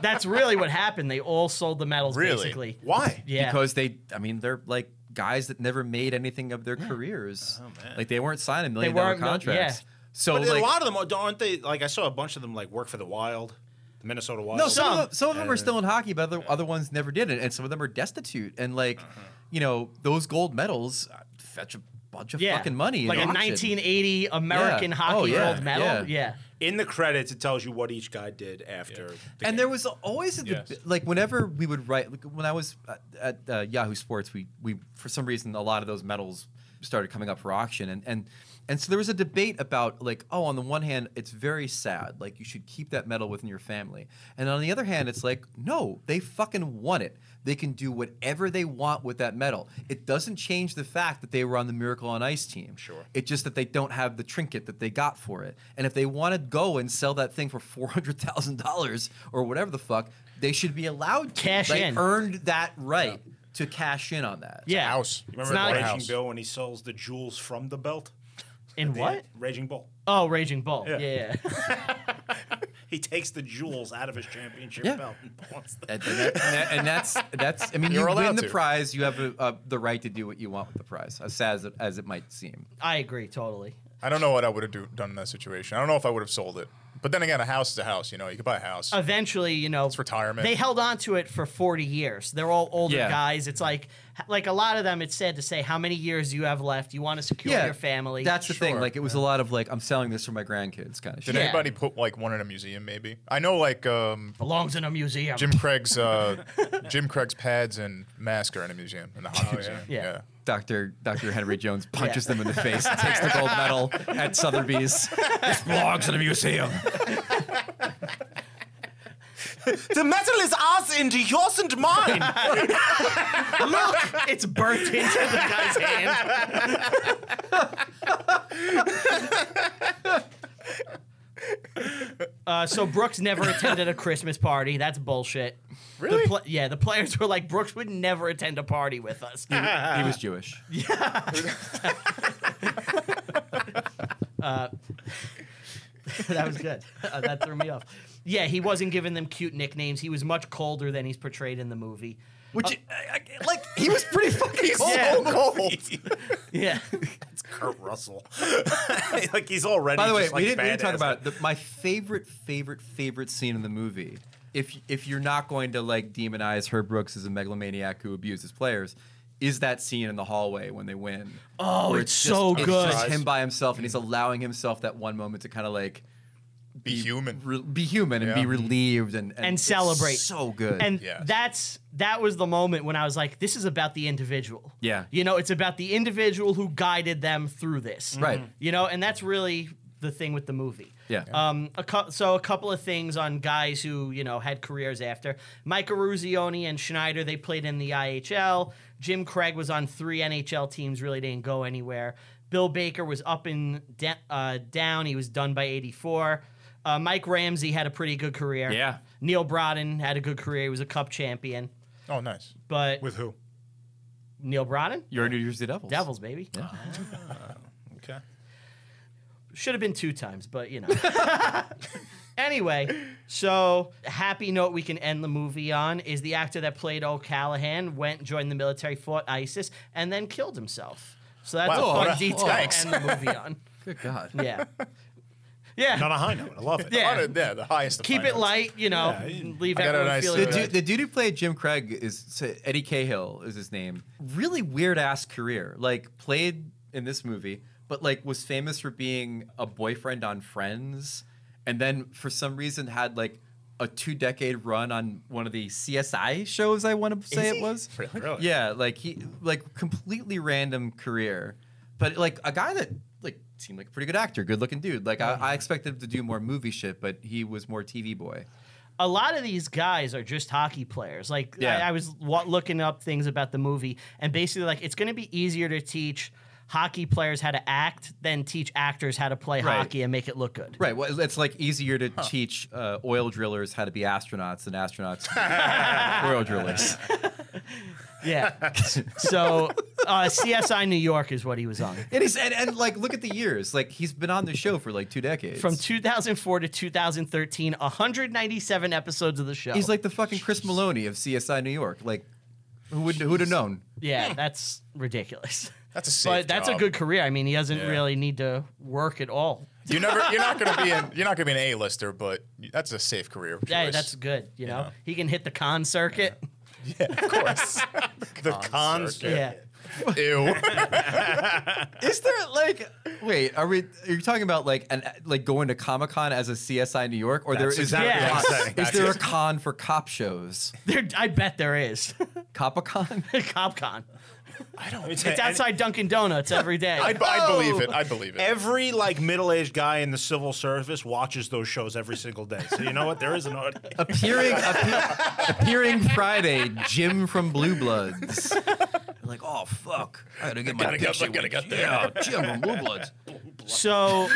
A: That's really what happened. They all sold the medals,
B: Really?
A: basically.
C: Why?
A: Yeah.
D: Because they, I mean, they're like guys that never made anything of their careers. Like they weren't signing million dollar
A: weren't mil-
D: contracts.
A: yeah.
D: So
C: Oh, But
D: like,
C: a lot of them are- aren't they? Like I saw a bunch of them like work for the Wild, the Minnesota Wild.
D: no, some
A: some.
D: of, them, some of them are still in hockey, but other other ones never did it, and some of them are destitute. And like,
C: Uh-huh.
D: you know, those gold medals uh, fetch a bunch of fucking money. in
A: Like a
D: auction.
A: 1980 American
D: Yeah.
A: hockey
D: Oh, yeah,
A: gold medal.
D: yeah.
A: Yeah.
C: in the credits, it tells you what each guy did after. The
D: and
C: game.
D: there was always a deb-
B: Yes.
D: like whenever we would write like, when I was at, at uh, Yahoo Sports we we for some reason a lot of those medals started coming up for auction and and and so there was a debate about like oh on the one hand it's very sad like you should keep that medal within your family and on the other hand it's like no they fucking won it they can do whatever they want with that medal it doesn't change the fact that they were on the Miracle on Ice team
C: Sure.
D: it's just that they don't have the trinket that they got for it. And if they want to go and sell that thing for four hundred thousand dollars or whatever the fuck, they should be allowed to.
A: Cash
D: they
A: in.
D: earned that right to cash in on that.
A: Yeah.
B: House.
C: You
A: It's
C: remember
A: not
C: the
A: a-
C: Raging
B: house.
C: Bill when he sells the jewels from the belt?
A: In what?
C: Raging Bull.
A: Oh, Raging Bull. Yeah.
C: Yeah.
A: yeah.
C: He takes the jewels out of his championship
D: Yeah.
C: belt. And wants them.
D: And, and that- and that- and that's that's. I mean,
B: You're
D: you win
B: allowed
D: the
B: to.
D: prize. You have a, uh, the right to do what you want with the prize, as sad as it, as it might seem.
A: I agree totally.
B: I don't know what I would have do, done in that situation. I don't know if I would have sold it. But then again, a house is a house. You know, you could buy a house.
A: Oh, Eventually, you know,
B: it's retirement.
A: they held on to it for 40 years. They're all older
D: Yeah.
A: guys. It's like like a lot of them it's sad to say how many years you have left. You want to secure your family.
D: That's the thing.
B: Sure.
D: Like it was a lot of like, I'm selling this for my grandkids, kind of shit.
B: Did
A: Yeah.
B: anybody put like one in a museum? Maybe I know like um,
A: belongs in a museum.
B: Jim Craig's uh, Jim Craig's pads and mask are in a museum in the Hot Museum.
A: Yeah.
D: Doctor Doctor Henry Jones punches them in the face, and takes the gold medal at Sotheby's. This belongs in a museum.
C: The metal is ours and yours and mine.
A: Look, it's burnt into the guy's hand. Uh, so Brooks never attended a Christmas party. That's bullshit.
B: Really?
A: The pla- yeah, the players were like, Brooks would never attend a party with us.
C: Uh,
D: He was Jewish.
A: that was good. Uh, that threw me off. yeah, he wasn't giving them cute nicknames. He was much colder than he's portrayed in the movie.
D: Which, I, I- like, he was pretty fucking cold.
A: Yeah.
B: so cold.
A: Yeah.
C: It's Kurt Russell. like he's already.
D: By the way,
C: just, like,
D: we didn't, we didn't talk
C: badass.
D: about it. The, my favorite, favorite, favorite scene in the movie. If if you're not going to like demonize Herb Brooks as a megalomaniac who abuses players, is that scene in the hallway when they win?
A: Oh,
D: Where
A: it's so good.
D: It's just him by himself, and he's allowing himself that one moment to kind of like
B: Be human.
D: re- be human, and
B: Yeah.
D: be relieved, and
A: and
D: it's
A: celebrate.
D: So good.
A: And
B: Yes.
A: that's that was the moment when I was like, this is about the individual.
D: Yeah.
A: You know, it's about the individual who guided them through this.
D: Right.
A: You know, and that's really the thing with the movie.
D: Yeah.
A: Um. A cou- so a couple of things on guys who you know had careers after Mike Ruzioni and Schneider. They played in the IHL. Jim Craig was on three NHL teams. Really didn't go anywhere. Bill Baker was up and da- uh, down. He was done by '84. Uh, Mike Ramsey had a pretty good career.
D: Yeah.
A: Neil Brodin had a good career. He was a Cup champion.
B: Oh, nice.
A: But
C: with who?
A: Neil Brodin,
D: you're a New Jersey Devils.
A: Devils baby,
C: Okay.
A: should have been two times, but you know. anyway, so a happy note we can end the movie on is the actor that played O'Callahan went joined the military, fought ISIS, and then killed himself. So that's
B: Wow,
A: a
B: what
A: fun
B: a-
A: detail
B: thanks.
A: to end the movie on.
D: Good God.
A: Yeah, yeah.
C: Not a high note. I love it.
A: Yeah.
B: On a- yeah, the highest. of
A: Keep it
B: finals.
A: light, you know.
C: Yeah, you-
A: leave
B: I got a
A: everyone
B: nice
A: feeling
D: The,
B: Right.
A: good.
D: du- the dude who played Jim Craig is so Eddie Cahill is his name. Really weird ass career. Like played in this movie, but like was famous for being a boyfriend on Friends, and then for some reason had like a two decade run on one of the CSI shows. I want to say it
A: he?
D: was.
B: Really?
C: Really?
D: Yeah, like he like completely random career, but like a guy that like seemed like a pretty good actor, good looking dude. Like
A: Mm.
D: I, I expected him to do more movie shit, but he was more TV boy.
A: a lot of these guys are just hockey players. Like
D: Yeah.
A: I, I was wa- looking up things about the movie, and basically, like it's going to be easier to teach hockey players how to act than teach actors how to play
D: Right.
A: hockey and make it look good.
D: Right. Well, it's like easier to teach uh, oil drillers how to be astronauts than astronauts to be oil drillers.
A: Yeah. so uh, CSI New York is what he was on.
D: And he's and, and like look at the years. Like he's been on the show for like two decades.
A: From 2004 to 2013, 197 episodes of the show.
D: he's like the fucking Chris Maloney of CSI New York. Like who would who'd have known?
A: yeah, that's ridiculous.
B: That's a safe
A: But that's a
B: job.
A: good career. I mean, he doesn't
B: Yeah.
A: really need to work at all.
B: You never. You're not gonna be in. You're not gonna be an A-lister, but that's a safe career. Choice.
A: Yeah, that's good. You know, he can hit the con circuit.
B: of course.
C: The
B: Con
C: cons.
B: circuit.
A: yeah.
B: Ew.
D: Is there like wait, are we are you talking about like an like going to Comic Con as a CSI New York? Or there
C: That's
D: is
A: exactly
D: there,
A: what I'm
D: a con-
C: saying.
D: is there a con for cop shows?
A: There, I bet there is.
D: Copacon?
A: CopCon.
B: I don't.
A: It's outside Dunkin' Donuts every day.
B: I'd, I'd believe it. I'd believe it.
C: Every like middle-aged guy in the civil service watches those shows every single day. So you know what? There is an audience.
D: appearing appe- appearing Friday, Jim from Blue Bloods. like, oh fuck, I gotta get my
B: Gotta get-
D: picture
B: gotta
D: with-
B: get there.
D: Yeah, Jim from Blue Bloods.
A: So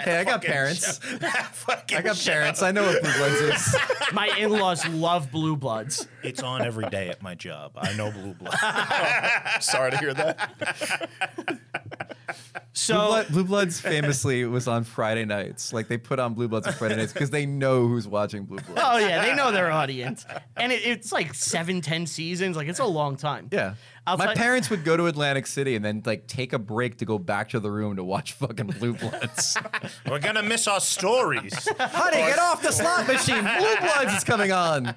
D: Hey, I got parents. I
C: Fucking
D: got parents. I know what Blue Bloods is.
A: my in-laws love Blue Bloods.
C: It's on every day at my job. I know blue blood.
B: Sorry to hear that.
D: Blue,
A: So
D: Blood, Blue Bloods famously was on Friday nights. Like they put on Blue Bloods on Friday nights because they know who's watching Blue Bloods.
A: oh yeah, they know their audience, and it, it's like seven, ten seasons. Like it's a long time.
D: Yeah.
A: I'll
D: My
A: tell-
D: parents would go to Atlantic City and then like take a break to go back to the room to watch fucking Blue Bloods.
C: We're gonna miss our stories.
D: Honey, get off the slot machine. Blue Bloods is coming on.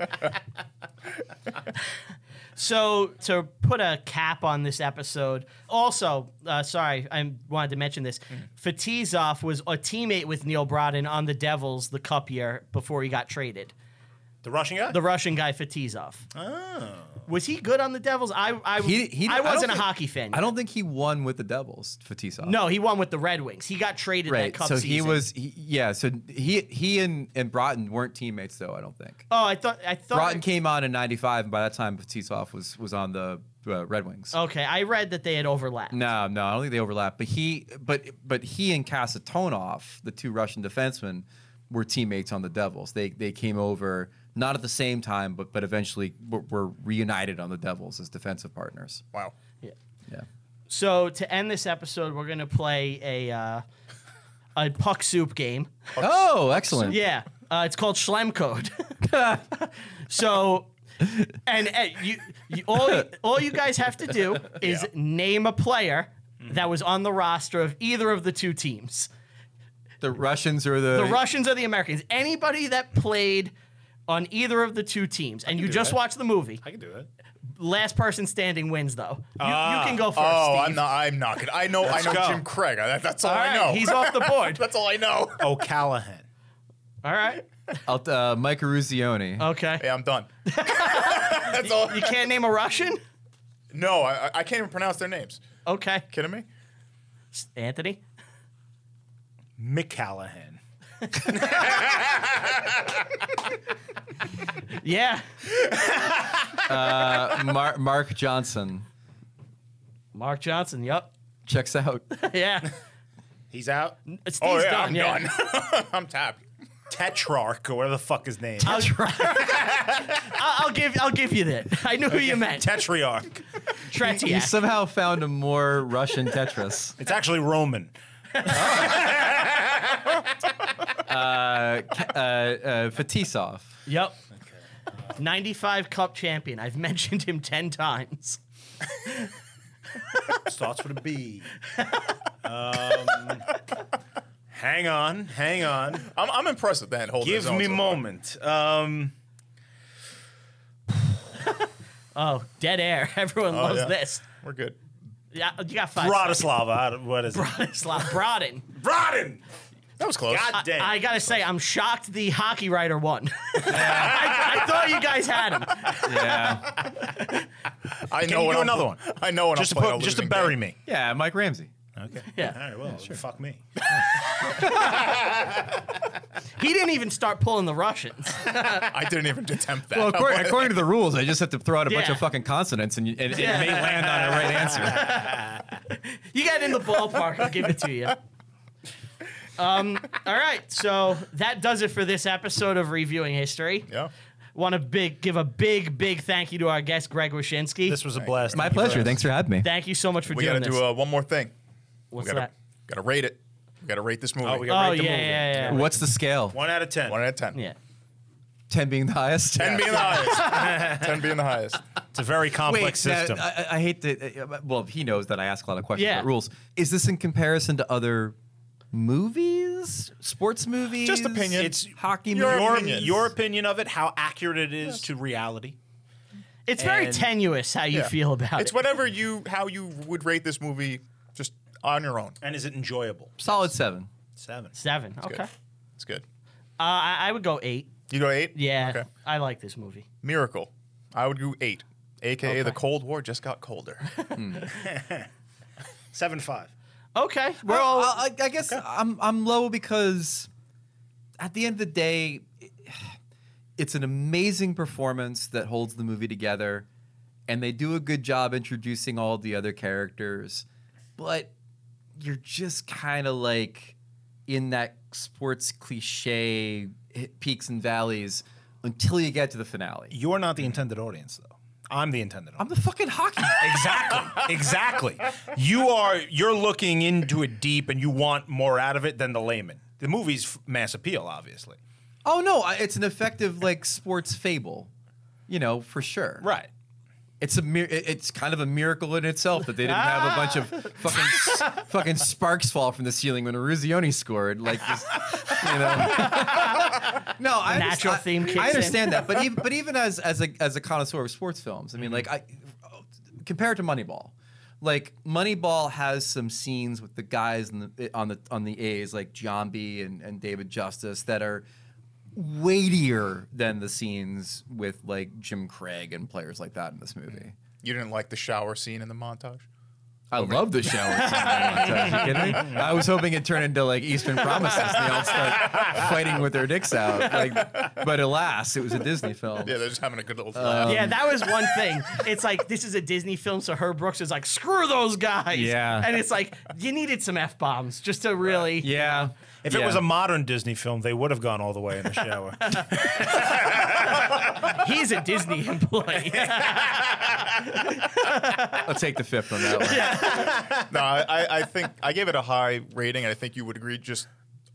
A: So to put a cap on this episode, also, uh, sorry, I wanted to mention this.
D: Mm-hmm.
A: Fatizov was a teammate with Neil Brodin on the Devils the Cup year before he got traded.
C: The Russian guy.
A: The Russian guy Fatizov. Oh. Was he good on the Devils? I I,
D: He- he-
A: I
D: I don't
A: wasn't a
D: think-
A: hockey fan.
D: I don't think he won with the Devils, Fatisa.
A: No, he won with the Red Wings. He got traded
D: right.
A: that cup
D: So
A: season.
D: he was, he, yeah. So he he and and Broughton weren't teammates though. I don't think.
A: Oh, I thought I thought.
D: Broughton came on in '95, and by that time, Fatisa was was on the uh, Red Wings.
A: okay, I read that they had overlapped.
D: No, no, I don't think they overlap. But he, but but he and Kasatonov, the two Russian defensemen, were teammates on the Devils. They they came over not at the same time, but but eventually were, were reunited on the Devils as defensive partners.
B: Wow.
A: Yeah.
D: Yeah.
A: So to end this episode, we're gonna play a uh, a puck soup game.
D: Oh, excellent.
A: Yeah. Uh, it's called Schleim Code. so, and uh, you, you all, all you guys have to do is name a player that was on the roster of either of the two teams.
D: The Russians or the,
A: The Russians or the Americans. Anybody that played on either of the two teams, and you
C: do
A: just
C: that.
A: watch the movie.
C: I can do that.
A: Last person standing wins, though. You, you
C: Ah.
A: can go first.
B: Oh, I'm
A: Steve.
B: not. I'm not. Good. I know. I know
C: go.
B: Jim Craig. I- that- that's all,
A: All
B: I
A: right,
B: know.
A: he's off the board.
B: that's all I know.
C: Oh. O'Callahan.
A: All right.
D: I'll- uh, Mike Ruzioni.
A: Okay.
B: Hey, I'm done. that's all.
A: You can't name a Russian?
B: No, I, I- I can't even pronounce their names.
A: Okay.
B: Kidding me?
A: Anthony?
C: Mick Callahan.
A: Yeah.
D: Uh, Mar- Mark Johnson
A: Mark Johnson. Yep.
D: checks out.
A: Yeah.
C: Oh, He's out.
A: Steve's
B: oh yeah,
A: done.
B: I'm
A: yeah.
B: done. I'm tapped.
C: Tetrarch or whatever the fuck his name.
A: I'll, I'll, I'll give I'll give you that. I knew who you meant.
C: Tetriarch.
D: He
A: Tretiak.
D: somehow found a more Russian Tetris.
C: It's actually Roman.
D: Uh, Ka- uh, uh, Fetisov.
A: yep. 95 Cup champion. I've mentioned him 10 times.
C: Starts with a B. Um, hang on, hang on.
B: I'm, I'm impressed with that. Hold
C: Give me a moment. Um,
A: Oh, dead air. Everyone loves
B: Oh, yeah.
A: this.
B: We're good.
A: Yeah, you got five.
C: Bratislava. I don't- What is it?
A: Bratislava. Broden.
C: Broden.
B: That was close.
C: God damn.
A: I gotta say, I'm shocked the hockey writer won. I, I thought you guys had him.
D: Yeah.
B: I
C: Can
B: know
C: you
B: when
C: do
B: I'm
C: another
B: pl-
C: one?
B: I know when
C: just to,
B: I'm playing
C: put,
B: a
C: just to
B: losing
C: bury
B: game.
C: me.
D: Yeah, Mike Ramsey.
C: Okay.
A: Yeah.
C: All right. Well, fuck me.
A: He didn't even start pulling the Russians.
B: I didn't even attempt that.
D: Well, according, according to the rules, I just have to throw out a bunch
A: Yeah.
D: of fucking consonants and, you- and
A: Yeah.
D: it may land on a right answer.
A: You got in the ballpark. I'll give it to you. Um, all right, so that does it for this episode of Reviewing History.
B: yeah.
A: Want to big give a big, big thank you to our guest Greg Wyszynski.
C: This was a blast.
D: My pleasure. Thanks for having me.
A: thank you so much for
B: We got to
A: doing
B: do
A: this.
B: uh, one more thing.
A: What's
B: we gotta,
A: that?
B: Gotta rate it. We gotta rate this movie.
C: Oh, we gotta
A: Oh yeah,
C: rate the
A: yeah,
C: movie.
A: yeah,
D: What's the scale?
C: One out of ten.
B: One out of ten.
A: yeah.
D: Ten being the highest.
B: Ten being the highest. ten being the highest.
C: It's a very complex
D: now,
C: system.
D: I, I- I hate to. uh, Well, he knows that I ask a lot of questions
A: Yeah.
D: about rules. Is this in comparison to other movies, sports movies?
B: Just opinion.
C: It's
D: Hockey
B: Your
D: movies.
C: your,
B: opinions.
C: your opinion of it, how accurate it is to reality.
A: It's very
C: And-
A: tenuous how you
B: Yeah.
A: feel about
B: It's
A: it.
B: whatever you how you would rate this movie just on your own.
C: And is it enjoyable?
D: Solid seven.
C: Seven.
A: Seven. Okay.
B: good.
A: Uh,
B: It's good.
A: I, I would go eight.
B: You go eight.
A: Yeah,
B: Okay.
A: I like this movie.
B: Miracle. I would go eight. AKA the
A: Okay.
B: Cold War just got colder.
C: Seven five.
A: Okay, we're all
D: Well, I, I guess I'm I'm low because at the end of the day, it's an amazing performance that holds the movie together, and they do a good job introducing all the other characters, but you're just kind of like in that sports cliche hit peaks and valleys until you get to the finale.
C: You're not the intended audience, though. I'm the intended
D: I'm
C: audience.
D: the fucking hockey.
C: exactly. Exactly. You are. You're looking into it deep, and you want more out of it than the layman. The movie's f- mass appeal, obviously.
D: oh no, I- it's an effective like sports fable, you know for sure.
C: Right.
D: it's a mir- it- it's kind of a miracle in itself that they didn't have a bunch of fucking s- fucking sparks fall from the ceiling when Ruzioni scored. Like, just, you know, no, I
A: Natural
D: understand,
A: theme kicks
D: I,
A: in.
D: understand that, but even, but even as as a as a connoisseur of sports films, I
A: Mm-hmm.
D: mean, like, I compared to Moneyball, like Moneyball has some scenes with the guys in the, eh, on the on the A's like John B and, and David Justice that are weightier than the scenes with like Jim Craig and players like that in this movie.
B: you didn't like the shower scene in the montage?
D: I love the shower. scene. Are you kidding me? I was hoping it turned into like Eastern Promises. And they all start fighting with their dicks out. Like, but alas, it was a Disney film.
B: Yeah, they're just having a good
D: Uh,
B: little laugh.
D: Um,
A: Yeah, that was one thing. It's like this is a Disney film, so Herb Brooks is like, screw those guys.
D: Yeah.
A: And it's like you needed some f bombs just to really.
D: Yeah.
C: If it was a modern Disney film, they would have gone all the way in the shower.
A: He's a Disney employee.
D: I'll take the fifth on that one.
B: no, I, I- I think I gave it a high rating, and I think you would agree. Just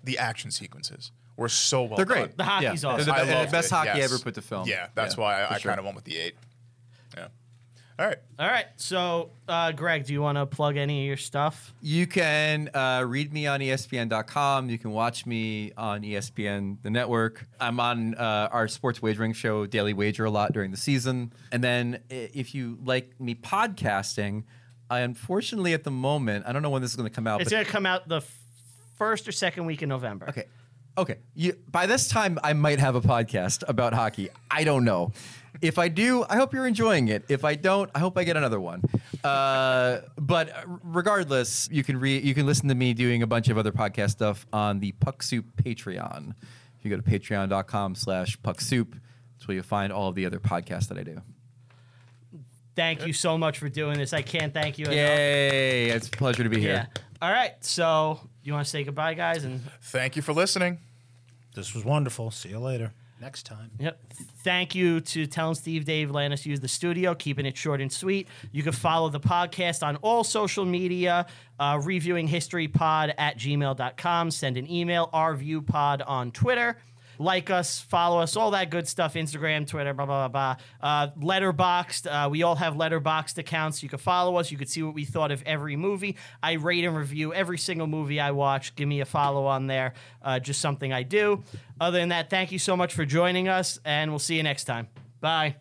B: the action sequences were so well.
D: They're great.
B: done.
A: hockey's
D: yeah.
A: awesome.
D: They're
B: I
D: the be-
B: loved
D: best
B: it,
D: hockey
B: yes.
D: ever put to film.
B: Yeah, that's why
D: for
B: I, I
D: sure.
B: kind of went with the eight. Yeah. All right.
A: All right. So, uh, Greg, do you want to plug any of your stuff?
D: You can uh, read me on ESPN.com. You can watch me on E ESPN, the network. I'm on uh, our sports wagering show, Daily Wager, a lot during the season. And then i- if you like me podcasting, I unfortunately at the moment, I don't know when this is going to come out.
A: It's
D: but-
A: going to come out the f- first or second week in November.
D: okay. Okay. You, by this time, I might have a podcast about hockey. I don't know. If I do, I hope you're enjoying it. If I don't, I hope I get another one. Uh, but regardless, you can re- you can listen to me doing a bunch of other podcast stuff on the Puck Soup Patreon. If you go to patreon.com slash Puck Soup, that's where you'll find all of the other podcasts that I do.
A: Thank you so much for doing this. I can't thank you enough.
D: Yay! It's a pleasure to be
A: Yeah.
D: here.
A: All right. So, you want to say goodbye, guys? And
B: Thank you for listening.
C: This was wonderful. See you later. Next time.
A: Yep. Thank you to Tell 'em Steve, Dave, Lannis, use the studio, keeping it short and sweet. You can follow the podcast on all social media, uh, reviewing history pod at gmail.com. Send an email, rviewpod on Twitter. Like us, follow us, all that good stuff. Instagram, Twitter, blah, blah, blah, blah. Uh, letterboxed. Uh, we all have letterboxed accounts. You can follow us. You can see what we thought of every movie. I rate and review every single movie I watch. Give me a follow on there. Uh, just something I do. Other than that, thank you so much for joining us, and we'll see you next time. Bye.